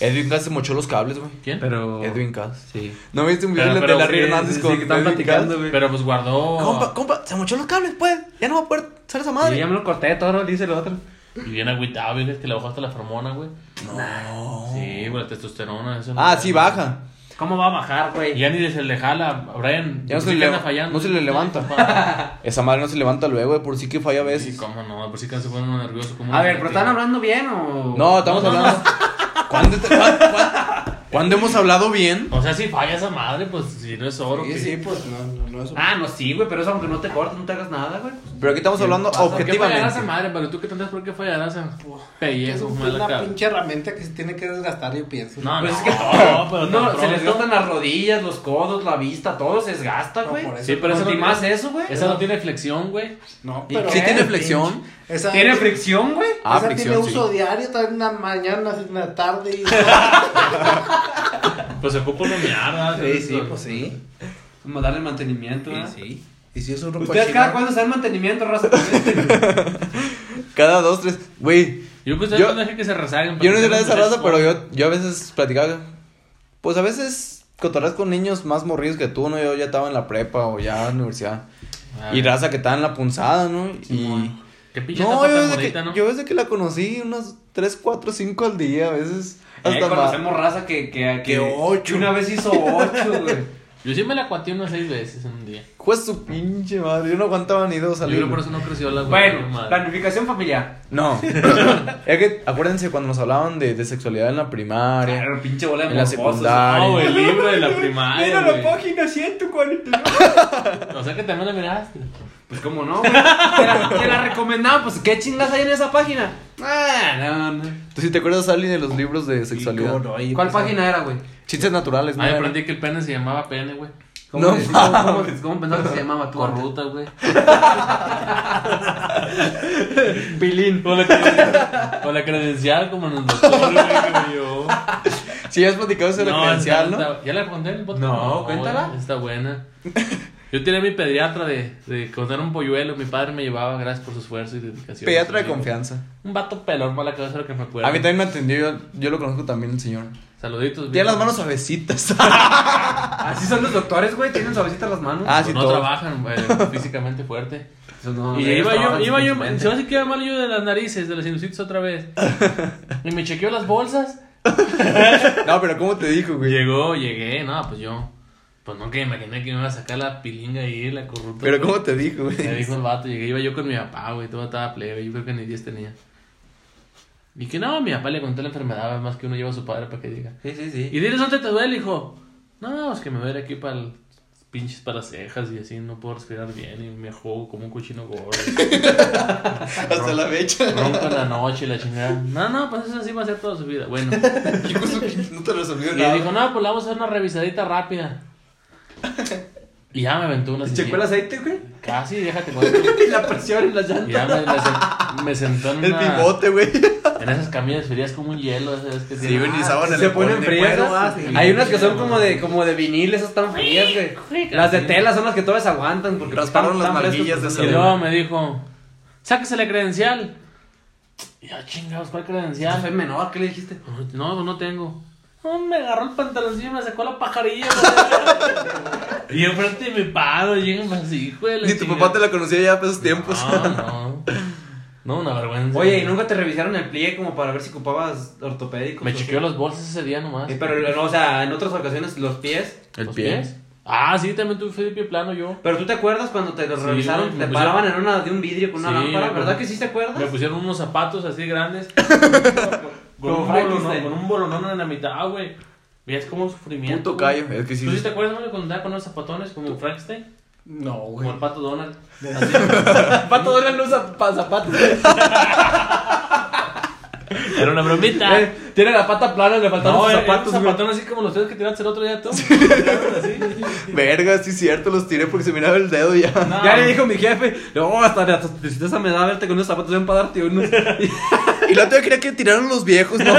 Speaker 2: Edwin Cass se mochó los cables, güey.
Speaker 1: ¿Quién?
Speaker 4: Pero...
Speaker 2: Edwin Cass.
Speaker 4: Sí.
Speaker 2: ¿No viste un video
Speaker 1: Pero-
Speaker 2: de-
Speaker 1: pero
Speaker 2: de Larry
Speaker 1: sí,
Speaker 2: Hernández
Speaker 4: sí,
Speaker 2: con
Speaker 4: que están
Speaker 2: Edwin
Speaker 4: platicando,
Speaker 2: Cass?
Speaker 4: güey.
Speaker 1: Pero pues guardó.
Speaker 2: Compa, compa, se mochó los cables, pues. Ya no va a poder ser esa
Speaker 4: Sí,
Speaker 2: madre.
Speaker 4: ya me lo corté todo, dice el otro.
Speaker 1: Y bien agüitado, güey, es que le bajó hasta la hormona, güey.
Speaker 2: No.
Speaker 1: Sí, güey, la testosterona. Eso no
Speaker 2: Ah,
Speaker 1: es-
Speaker 2: sí, baja.
Speaker 4: ¿Cómo va a bajar,
Speaker 1: Y
Speaker 4: güey?
Speaker 1: ya ni se le jala a Brian.
Speaker 2: Ya
Speaker 1: por
Speaker 2: no se,
Speaker 1: sí
Speaker 2: le,
Speaker 1: que anda fallando.
Speaker 2: no se le levanta. Esa madre no se levanta luego, güey, por sí que falla a
Speaker 1: Sí,
Speaker 2: veces.
Speaker 1: cómo no, por si que se pone uno nervioso. como
Speaker 4: A
Speaker 1: una
Speaker 4: ver, pero ¿están
Speaker 1: tortilla.
Speaker 4: hablando bien o...?
Speaker 2: No, estamos
Speaker 1: No, no,
Speaker 2: hablando. ¿Cuándo, te- cuán- cuán- ¿Cuándo hemos hablado bien?
Speaker 1: O sea, si falla esa madre, pues si no es oro. que-
Speaker 5: pues no, no, no es
Speaker 4: Ah, no, sí, güey, pero eso aunque no te cortes, no te hagas nada, güey.
Speaker 2: Pero aquí estamos hablando
Speaker 4: pasa? ¿Qué
Speaker 1: ¿Por qué fallará esa
Speaker 2: objetivamente.
Speaker 1: madre? Pero tú que tantas por qué fallará esa
Speaker 5: Es
Speaker 1: pellezo, mala
Speaker 5: una
Speaker 1: cara.
Speaker 5: pinche herramienta que se tiene que desgastar, yo pienso.
Speaker 1: No,
Speaker 4: Pues
Speaker 1: Ah, no,
Speaker 4: es que
Speaker 1: no, pero
Speaker 4: no,
Speaker 1: tan
Speaker 4: se les
Speaker 1: pronto.
Speaker 4: cortan las rodillas, los codos, la vista, todo se desgasta,
Speaker 5: No,
Speaker 4: güey.
Speaker 5: por eso.
Speaker 1: Sí, pero esa
Speaker 4: Pues
Speaker 1: no
Speaker 4: ni más eso, güey.
Speaker 1: Esa no tiene flexión, güey.
Speaker 5: No,
Speaker 4: ¿Y
Speaker 5: pero. eh,
Speaker 2: ¿Sí
Speaker 4: ¿Qué?
Speaker 2: tiene flexión?
Speaker 5: Esa,
Speaker 4: ¿Tiene fricción, güey?
Speaker 2: Ah,
Speaker 5: esa
Speaker 2: fricción,
Speaker 5: tiene
Speaker 2: sí.
Speaker 5: uso diario, también en la mañana, en la tarde. Y...
Speaker 1: Pues se ocupa una mierda. ¿sabes?
Speaker 5: sí.
Speaker 4: Como darle mantenimiento, ¿verdad?
Speaker 5: sí. Y si es un
Speaker 1: Pues
Speaker 4: Ustedes cada cuándo se dan mantenimiento, raza. Pues,
Speaker 2: Cada dos, tres. Güey,
Speaker 1: Yo pues
Speaker 2: Yo-
Speaker 1: yo no dejé que se rezaguen.
Speaker 2: yo no sé nada de esa raza, pero yo, yo a veces platicaba. Pues a veces cotorreas con niños más morridos que tú, ¿no? Yo ya estaba en la prepa o ya en la universidad.
Speaker 1: Ah,
Speaker 2: Y raza que estaba en la punzada, ¿no? Y.
Speaker 1: Qué pinche
Speaker 2: No,
Speaker 1: etapa
Speaker 2: yo
Speaker 1: tan
Speaker 2: desde,
Speaker 1: bonita,
Speaker 2: que,
Speaker 1: ¿no?
Speaker 2: yo desde que la conocí, unas 3, 4, 5 al día, a veces.
Speaker 4: eh,
Speaker 2: Hasta más.
Speaker 4: conocemos raza que, que, que,
Speaker 5: Que ocho.
Speaker 4: que una vez hizo ocho, güey.
Speaker 1: Yo sí me la cuateé unas seis veces en un día.
Speaker 2: Pues su pinche madre, yo no aguantaba ni dos
Speaker 1: Yo
Speaker 2: salir.
Speaker 1: creo por eso no creció la güey, mi
Speaker 4: Bueno,
Speaker 1: madre.
Speaker 4: planificación familiar.
Speaker 2: No, es que acuérdense cuando nos hablaban de, de sexualidad en la primaria.
Speaker 4: Claro, Ah, pinche bola de
Speaker 2: En la
Speaker 4: morbosos.
Speaker 2: secundaria.
Speaker 1: No, güey, Ah, el libro de la primaria. güey.
Speaker 4: página 149.
Speaker 1: O sea que también la miraste.
Speaker 4: Pues cómo no, güey. Te la, te la recomendaba, pues qué chingas hay en esa página. Ah, no, no.
Speaker 2: ¿Tú sí te acuerdas, Ali, de los libros de sexualidad?
Speaker 4: ¿Cuál
Speaker 2: pues, ah.
Speaker 4: página era, güey?
Speaker 2: Chistes naturales,
Speaker 1: Ah, yo
Speaker 2: ¿no?
Speaker 1: aprendí que el pene se llamaba pene, güey.
Speaker 4: ¿Cómo,
Speaker 2: No
Speaker 4: no, cómo, cómo, cómo pensabas que se llamaba tú? antes?
Speaker 1: Corruta, güey.
Speaker 4: Pilín.
Speaker 1: Con la, creden- con la credencial como en el doctor, güey, que me llevó.
Speaker 2: Sí, has platicado ese referencial,
Speaker 1: está-
Speaker 2: ¿no?
Speaker 1: está- ¿Ya la conté en el podcast?
Speaker 4: No, cuéntala.
Speaker 1: güey, Está buena. Yo tenía mi pediatra de, de cuando era un polluelo. Mi padre me llevaba, gracias por su esfuerzo y dedicación.
Speaker 2: Pediatra de
Speaker 1: Amigo.
Speaker 2: confianza.
Speaker 1: Un vato pelón para la cabeza, lo que me acuerdo.
Speaker 2: A mí también me atendió, yo, yo lo conozco también el señor.
Speaker 1: Saluditos,
Speaker 2: Tiene
Speaker 1: Vito.
Speaker 2: las manos suavecitas.
Speaker 4: Así son los doctores, güey. Tienen suavecitas las manos.
Speaker 2: Ah,
Speaker 1: Pues
Speaker 2: sí,
Speaker 1: no
Speaker 2: todo.
Speaker 1: trabajan güey, físicamente fuerte.
Speaker 4: Eso no,
Speaker 1: y
Speaker 4: ellos
Speaker 1: iba yo,
Speaker 4: trabajan
Speaker 1: iba yo,
Speaker 4: suficientemente.
Speaker 1: se me hace que iba mal yo de las narices, de las sinusitis otra vez. y me chequeó las bolsas.
Speaker 2: No, pero ¿cómo te dijo, güey?
Speaker 1: Llegó, llegué, no, pues yo, pues nunca imaginé que me iba a sacar la pilinga ahí, la corrupta.
Speaker 2: Pero ¿cómo te dijo, güey?
Speaker 1: Me dijo el vato, llegué, iba yo con mi papá, güey, todo estaba plebe, yo creo que ni 10 tenía. Y que no, mi papá le contó la enfermedad, además que uno lleva a su padre para que diga.
Speaker 4: Sí, sí, sí.
Speaker 1: Y diles dónde te duele, hijo. No, es que me duele aquí para el- pinches para las cejas y así, no puedo respirar bien y me juego como un cochino gordo.
Speaker 2: Hasta la fecha.
Speaker 1: Ronco en la noche y la chingada. No, no, pues eso así va a ser toda su vida. Bueno.
Speaker 2: Hijo de su pinche- No te resolvió
Speaker 1: Y
Speaker 2: nada.
Speaker 1: dijo, no, pues le vamos a hacer una revisadita rápida. Y ya me aventó una
Speaker 4: ¿Se checó el
Speaker 1: silla.
Speaker 4: aceite, güey?
Speaker 1: Casi, déjate cuento.
Speaker 4: Y la presión en
Speaker 1: Y
Speaker 4: las llantas.
Speaker 1: ya me, la sen- me sentó en
Speaker 2: El
Speaker 1: una...
Speaker 2: pivote, güey.
Speaker 1: En esas camillas frías como un hielo, ¿sabes que
Speaker 2: Sí, ah, güey, ni sabor
Speaker 4: Se ponen frías.
Speaker 5: ah,
Speaker 4: ¿no?
Speaker 5: sí.
Speaker 4: Hay unas que son como de, como de vinil, esas están frías, güey. Las de tela son las que todas aguantan. Porque
Speaker 2: Rasparon
Speaker 4: están-
Speaker 2: las
Speaker 4: están
Speaker 2: manguillas
Speaker 4: frescas,
Speaker 2: de
Speaker 1: Y
Speaker 2: esa,
Speaker 4: pues,
Speaker 1: luego me dijo, sáquese la credencial. Y yo, chingados, ¿cuál
Speaker 4: Ya
Speaker 1: credencial?
Speaker 4: soy menor, ¿qué le dijiste?
Speaker 1: No, no tengo. No, me agarró el pantaloncillo y me sacó la pajarilla. güey. y enfrente de mi padre, llegan así, hijo de la
Speaker 2: Ni tu
Speaker 1: chingada.
Speaker 2: papá te la conocía ya para esos tiempos.
Speaker 1: No, no. No, una vergüenza.
Speaker 4: Oye, ¿y nunca te revisaron el pliegue como para ver si ocupabas ortopédicos?
Speaker 1: Me
Speaker 4: o
Speaker 1: chequeó
Speaker 4: así?
Speaker 1: los bolsas ese día nomás.
Speaker 4: Eh, Pero, no, o sea, en otras ocasiones, los pies.
Speaker 2: El
Speaker 1: ¿Los
Speaker 2: pie.
Speaker 1: pies? Ah, sí, también tuve Felipe plano yo.
Speaker 4: Pero tú te acuerdas cuando te lo
Speaker 1: Sí,
Speaker 4: revisaron,
Speaker 1: güey, me
Speaker 4: te
Speaker 1: pusieron-
Speaker 4: paraban en una de un vidrio con una
Speaker 1: Sí, me
Speaker 4: lámpara,
Speaker 1: acuerdo.
Speaker 4: ¿verdad que sí te acuerdas?
Speaker 1: Me pusieron unos zapatos así grandes. con,
Speaker 4: Como
Speaker 1: un
Speaker 4: Frankenstein.
Speaker 1: bolonón, con un bolonón en la mitad, güey. Veías como sufrimiento.
Speaker 2: Puto
Speaker 1: güey.
Speaker 2: callo. Es que sí.
Speaker 1: ¿Tú sí te acuerdas, Mario, cuando andaba con unos zapatones como Frankenstein?
Speaker 5: No,
Speaker 1: Como
Speaker 5: güey.
Speaker 1: el pato Donald.
Speaker 5: Pato Donald no usa pa- zapatos.
Speaker 1: Era una bromita.
Speaker 5: Eh, Tiene la pata plana, le faltan
Speaker 1: No,
Speaker 5: los
Speaker 1: era zapatos,
Speaker 5: zapatos,
Speaker 1: un
Speaker 5: güey.
Speaker 1: zapatón así como los tres que tiraste el otro día tú.
Speaker 2: Verga, sí es cierto, los tiré porque se miraba el dedo ya.
Speaker 1: No.
Speaker 5: Ya le dijo mi jefe, no, hasta la tristeza me da verte con unos zapatos bien para darte unos.
Speaker 2: Y la otra quería que tiraron los viejos, ¿no?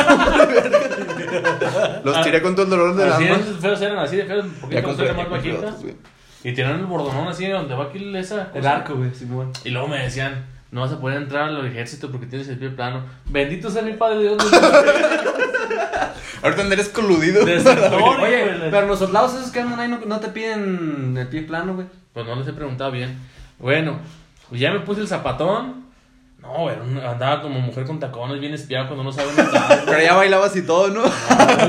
Speaker 2: los tiré con todo el dolor de la
Speaker 1: Así de
Speaker 2: mano.
Speaker 1: esos feos eran, así de feos, un
Speaker 2: Ya
Speaker 1: poquito
Speaker 2: compré,
Speaker 1: más
Speaker 2: ya compré
Speaker 1: bajita.
Speaker 2: otros, güey.
Speaker 1: Y tiraron el bordonón así donde va aquí esa.
Speaker 5: El
Speaker 1: cosa.
Speaker 5: arco, güey, Simón.
Speaker 1: Y luego me decían, no vas a poder entrar al ejército porque tienes el pie plano. Bendito sea mi padre Dios. nos-
Speaker 2: Ahorita andarás coludido.
Speaker 1: Desertor,
Speaker 4: Oye,
Speaker 1: hijo de la-
Speaker 4: pero los soldados esos que andan ahí no, no te piden el pie plano, güey.
Speaker 1: Pues no les he preguntado bien. Bueno, pues ya me puse el zapatón. No, era un- andaba como mujer con tacones, bien espiado cuando no sabe andar.
Speaker 2: Pero ya bailabas y todo, ¿no?
Speaker 1: No,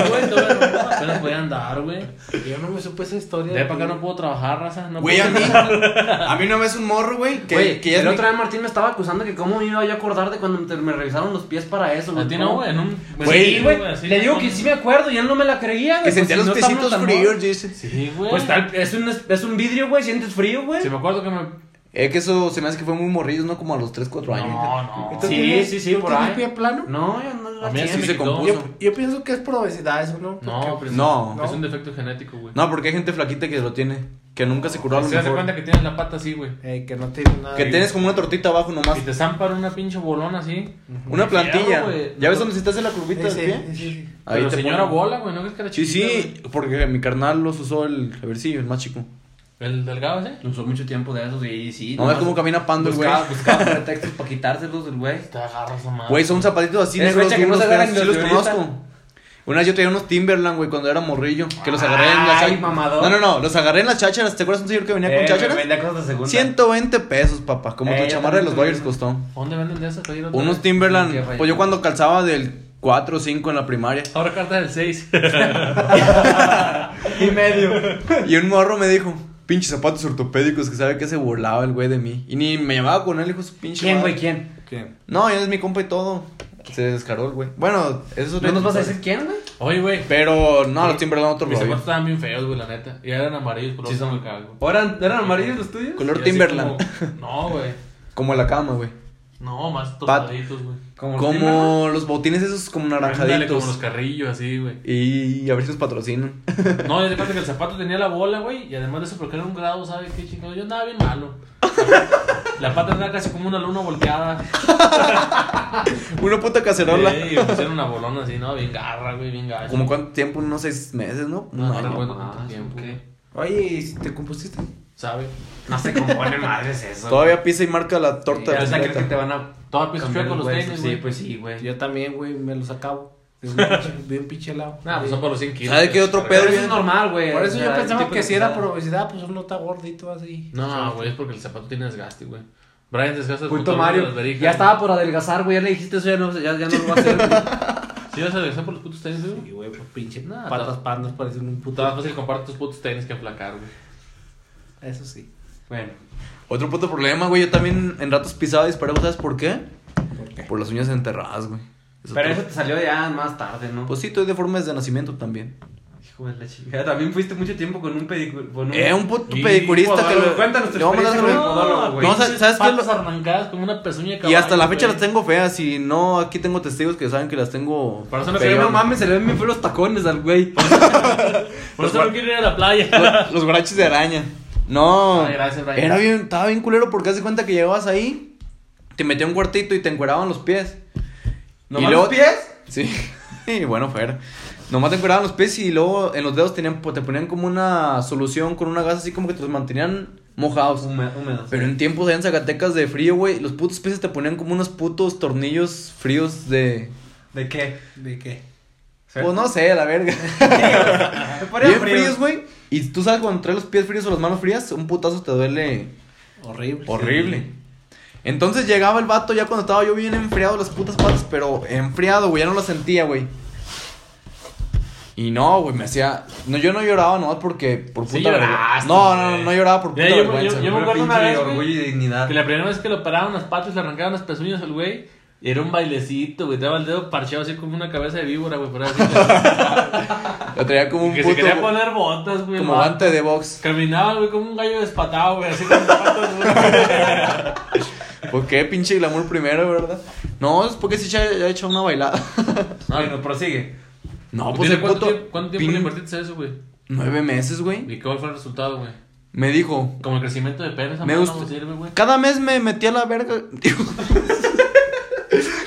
Speaker 1: güey, no, no, apenas podía andar, güey.
Speaker 5: Yo no me supe esa historia.
Speaker 1: De ahí para acá no puedo trabajar, raza. No
Speaker 2: Güey, a
Speaker 1: puedo
Speaker 2: mí. A mí no me es un morro, güey. Que,
Speaker 4: Güey,
Speaker 2: que ya es
Speaker 4: el
Speaker 2: mi-
Speaker 4: otro día Martín me estaba acusando que cómo me iba yo a acordar de cuando te- me revisaron los pies para eso, güey.
Speaker 1: A ti no,
Speaker 4: ¿Cómo?
Speaker 1: güey. En un.
Speaker 2: Güey,
Speaker 4: Sí, güey.
Speaker 1: así,
Speaker 4: Le digo
Speaker 1: no,
Speaker 4: que
Speaker 1: no.
Speaker 4: sí me acuerdo y él no me la creía,
Speaker 2: Que
Speaker 4: güey. pues,
Speaker 2: sentía
Speaker 4: si
Speaker 2: los
Speaker 4: no estamos
Speaker 2: pisitos
Speaker 4: tan
Speaker 2: fríos,
Speaker 4: morros.
Speaker 2: dice.
Speaker 1: Sí, güey.
Speaker 4: Pues tal, es un, es un vidrio, güey, sientes frío, güey.
Speaker 1: Si me acuerdo que me.
Speaker 2: Es Eh, que eso se me hace que fue muy morrillo, ¿no? Como a los 3, 4 años.
Speaker 1: No, no.
Speaker 5: Entonces,
Speaker 4: Sí,
Speaker 5: ¿tienes-
Speaker 4: sí, sí,
Speaker 5: ¿tú
Speaker 4: por
Speaker 5: tienes
Speaker 4: ahí.
Speaker 5: pie plano?
Speaker 4: No, yo no
Speaker 1: A
Speaker 4: la
Speaker 1: mí
Speaker 4: tiene.
Speaker 1: así
Speaker 2: sí
Speaker 1: se
Speaker 2: se
Speaker 1: compuso.
Speaker 5: Yo, yo pienso que es probabilidad eso, ¿no?
Speaker 1: pues No, pero es-
Speaker 2: No.
Speaker 1: Es un defecto genético, güey.
Speaker 2: No, porque hay gente flaquita que lo tiene. Que nunca se curó a lo
Speaker 1: Pues, Se hace
Speaker 2: mejor.
Speaker 1: cuenta que tienes la pata así, güey.
Speaker 5: Eh, que no tiene nada.
Speaker 2: Que tienes como una tortita abajo nomás.
Speaker 1: Y te zampan una pinche bolona así.
Speaker 2: Una plantilla.
Speaker 1: Fierro, güey.
Speaker 2: ¿Ya ves dónde se te hace la curvita
Speaker 5: Sí,
Speaker 2: del pie?
Speaker 5: sí, sí, sí.
Speaker 1: Ahí Pero
Speaker 2: te
Speaker 1: señora
Speaker 2: ponen.
Speaker 1: bola, güey. ¿No crees que era
Speaker 2: Sí,
Speaker 1: chiquita? güey?
Speaker 2: sí, porque mi carnal los usó el reversillo, el más chico.
Speaker 1: ¿El delgado ese?
Speaker 4: Usó mucho tiempo de eso, sí, sí.
Speaker 2: No, es como camina pando el güey.
Speaker 4: Buscaba, buscaba pretextos para quitárselos del güey.
Speaker 1: Te agarras a madre.
Speaker 2: Güey, son zapatitos así
Speaker 4: Es
Speaker 2: negros
Speaker 4: fecha que no
Speaker 2: duros,
Speaker 4: se agarran
Speaker 2: feos, sí los
Speaker 4: los de ahorita.
Speaker 2: conozco. Una vez yo tenía unos Timberland, güey, cuando era morrillo. Que los agarré en la
Speaker 4: Ay,
Speaker 2: cháchara.
Speaker 4: mamador.
Speaker 2: No, no, no, los agarré en las chácharas. ¿Te acuerdas un señor que venía
Speaker 4: Eh,
Speaker 2: con chácharas?
Speaker 4: güey, vendía cosas de segunda.
Speaker 2: 120 pesos, papá. Como
Speaker 4: Eh,
Speaker 2: tu
Speaker 4: yo
Speaker 2: chamarra de
Speaker 4: también
Speaker 2: los
Speaker 4: tuve
Speaker 2: Bayers
Speaker 4: una.
Speaker 2: costó.
Speaker 1: ¿Dónde venden de esas? Oye, ¿dónde
Speaker 2: Unos
Speaker 1: venden?
Speaker 2: Timberland.
Speaker 4: Sí,
Speaker 2: Pues yo cuando calzaba del 4 o 5 en la primaria.
Speaker 1: Ahora cartas del 6.
Speaker 5: Y medio.
Speaker 2: Y un morro me dijo, pinches zapatos ortopédicos, que sabe que se burlaba el güey de mí. Y ni me llamaba con él, hijo de su pinche.
Speaker 4: ¿Quién,
Speaker 2: madre.
Speaker 4: güey? ¿Quién?
Speaker 5: ¿Quién?
Speaker 2: No, ya es mi compa y todo. Se descaró el güey. Bueno, eso es
Speaker 4: ¿No nos vas
Speaker 2: otra
Speaker 4: a decir
Speaker 2: historia.
Speaker 4: quién, güey?
Speaker 1: Oye, güey.
Speaker 2: Pero no, los Timberland otro
Speaker 1: Mis zapatos
Speaker 2: rollo.
Speaker 1: estaban bien feos, güey, la neta. Y eran amarillos, pero
Speaker 4: Sí, son-
Speaker 1: me cago.
Speaker 4: ¿O ¿Eran, eran amarillos los tuyos?
Speaker 1: Y
Speaker 2: Color
Speaker 1: así
Speaker 2: Timberland.
Speaker 1: como- No, güey.
Speaker 2: Como la cama, güey.
Speaker 1: No, más tostaditos, güey.
Speaker 4: Timberland?
Speaker 2: Como los botines esos como
Speaker 1: Ándale, Como los
Speaker 2: naranjaditos.
Speaker 1: carrillos, así, güey.
Speaker 2: Y a ver si nos patrocinan.
Speaker 1: No, y de cuenta que el zapato tenía la bola, güey. Y además de eso, porque era un grado, ¿sabe qué chingado? Yo andaba bien malo. La pata andaba casi como una luna volteada.
Speaker 2: Una puta cacerola.
Speaker 1: Sí, y me pusieron una bolona así, ¿no? Bien garra, güey, bien gacha.
Speaker 2: Como cuánto tiempo, unos seis meses, ¿no? Un
Speaker 1: No, no,
Speaker 2: año.
Speaker 1: no, bueno,
Speaker 4: Ah,
Speaker 1: tanto tiempo,
Speaker 4: ok.
Speaker 1: güey.
Speaker 5: Oye, ¿y si ¿te compusiste?
Speaker 1: ¿Sabe?
Speaker 4: No se compone madres eso.
Speaker 2: Todavía pisa y marca la torta.
Speaker 4: Ya, o sea,
Speaker 2: completa.
Speaker 4: ¿crees que te van a
Speaker 1: Todo piso
Speaker 4: cambiar
Speaker 1: chueco los
Speaker 4: los huesos?
Speaker 1: tenis,
Speaker 4: Sí,
Speaker 1: güey.
Speaker 4: pues sí, güey.
Speaker 5: Yo también, güey, me los acabo. De un pinche, de un pinche lado.
Speaker 1: Nah, pues son por los 100 kilos.
Speaker 2: ¿Sabe qué otro
Speaker 4: Pero
Speaker 2: pedo?
Speaker 4: eso es normal, güey.
Speaker 5: Por eso
Speaker 4: O
Speaker 5: yo
Speaker 4: sea,
Speaker 5: pensaba
Speaker 4: tipo
Speaker 5: que
Speaker 4: de
Speaker 5: si era
Speaker 4: calzado.
Speaker 5: probabilidad, pues uno está gordito así.
Speaker 1: No, güey, es porque el zapato tiene desgaste, güey. Brian desgasta el
Speaker 4: Punto
Speaker 1: puto
Speaker 4: Mario. Ya estaba por adelgazar, güey. Ya le dijiste eso, ya no, ya, ya no lo va a hacer. güey.
Speaker 1: ¿Sí vas a desgastar por los putos tenis, güey?
Speaker 5: Y, güey, pues pinche
Speaker 1: Nah,
Speaker 5: patas
Speaker 1: está-
Speaker 5: pandas parecen un puto.
Speaker 1: Puta, más fácil comprar tus putos tenis que aflacar, güey.
Speaker 5: Eso sí.
Speaker 4: bueno.
Speaker 2: Otro puto problema, güey. Yo también en ratos pisaba y disparaba, ¿sabes por qué?
Speaker 5: ¿Por qué?
Speaker 2: Por las uñas enterradas, güey. Es
Speaker 4: Pero
Speaker 2: otro-
Speaker 4: eso te salió ya más tarde, ¿no?
Speaker 2: Pues sí, estoy deforme desde nacimiento también.
Speaker 4: Hijo de la chingada. También fuiste mucho tiempo con un pedicur... Con un...
Speaker 2: Eh, un puto
Speaker 1: Y,
Speaker 2: pedicurista que
Speaker 4: podólogo,
Speaker 2: lo.
Speaker 4: cuéntanos tu
Speaker 2: le vamos a
Speaker 4: experiencia
Speaker 2: dar-
Speaker 4: con el podólogo, güey.
Speaker 2: No, ¿sabes- ¿sabes qué?
Speaker 1: Patas
Speaker 2: Lo-
Speaker 1: arrancadas con una pezuña de
Speaker 2: Y hasta la
Speaker 1: caballo,
Speaker 2: fecha
Speaker 1: güey.
Speaker 2: las tengo feas. Y no, aquí tengo testigos que saben que las tengo.
Speaker 1: Por eso no
Speaker 2: feas.
Speaker 1: quería mamá.
Speaker 4: mames, se le ven bien feos los tacones al güey.
Speaker 1: Por eso no quiero ir a la playa.
Speaker 2: Los- Los guaraches de araña. No.
Speaker 1: Ay, gracias, Brian.
Speaker 2: era bien, estaba bien culero porque hace cuenta que llegabas ahí, te metían un cuartito y te encueraban los pies.
Speaker 4: ¿No los pies?
Speaker 2: Sí. Y bueno, fuera. Nomás te encueraban los pies y luego en los dedos tenían, pues, te ponían como una solución con una gasa así como que te los mantenían mojados.
Speaker 4: Húme- Húmedos.
Speaker 2: Pues, Pero en tiempos allá en Zacatecas de frío, güey, los putos peces te ponían como unos putos tornillos fríos de...
Speaker 4: ¿De qué?
Speaker 5: ¿De qué?
Speaker 2: Pues no sé, la verga.
Speaker 4: Me
Speaker 2: Bien
Speaker 4: ponían
Speaker 2: fríos, güey. Y tú sabes cuando traes los pies fríos o las manos frías, un putazo te duele
Speaker 5: Horrible.
Speaker 2: horrible. Entonces llegaba el vato ya cuando estaba yo bien enfriado las putas patas, pero enfriado, güey, ya no las sentía, güey. Y no, güey, me hacía. No, yo no lloraba nomás porque. Por puta
Speaker 1: Sí
Speaker 2: vergüenza.
Speaker 1: lloraste,
Speaker 2: No, no, no,
Speaker 1: güey.
Speaker 2: no lloraba por puta
Speaker 1: Mira, yo-
Speaker 2: vergüenza.
Speaker 1: yo- yo-
Speaker 2: güey.
Speaker 1: me acuerdo una
Speaker 4: Pinche
Speaker 1: vez, güey,
Speaker 4: orgullo y dignidad.
Speaker 1: Que la primera vez que lo pararon las patas, le arrancaron las pezuñas al güey. Y era un bailecito, güey. Daba el dedo parcheado así como una cabeza de víbora, güey. Por así,
Speaker 2: Lo traía como un
Speaker 1: que se
Speaker 2: puto.
Speaker 1: quería poner botas, güey.
Speaker 2: Como
Speaker 1: el vato.
Speaker 2: guante de box.
Speaker 1: Caminaba, güey, como un gallo despatado, güey. Así con patas, güey.
Speaker 2: ¿Por qué pinche glamour primero, verdad? No, es porque sí se ha hecho una bailada.
Speaker 4: Bueno, prosigue.
Speaker 2: no, pues
Speaker 1: Dile,
Speaker 2: el
Speaker 1: ¿Cuánto
Speaker 2: puto.
Speaker 1: tiempo, cuánto tiempo
Speaker 2: pin-
Speaker 1: le invertiste a eso, güey?
Speaker 2: Nueve meses, güey.
Speaker 1: ¿Y cuál fue el resultado, güey?
Speaker 2: Me dijo.
Speaker 1: Como el crecimiento de pene, esa
Speaker 2: Me
Speaker 1: madre
Speaker 2: gusta-
Speaker 1: no sirve, güey.
Speaker 2: Cada mes me metía a la verga. digo.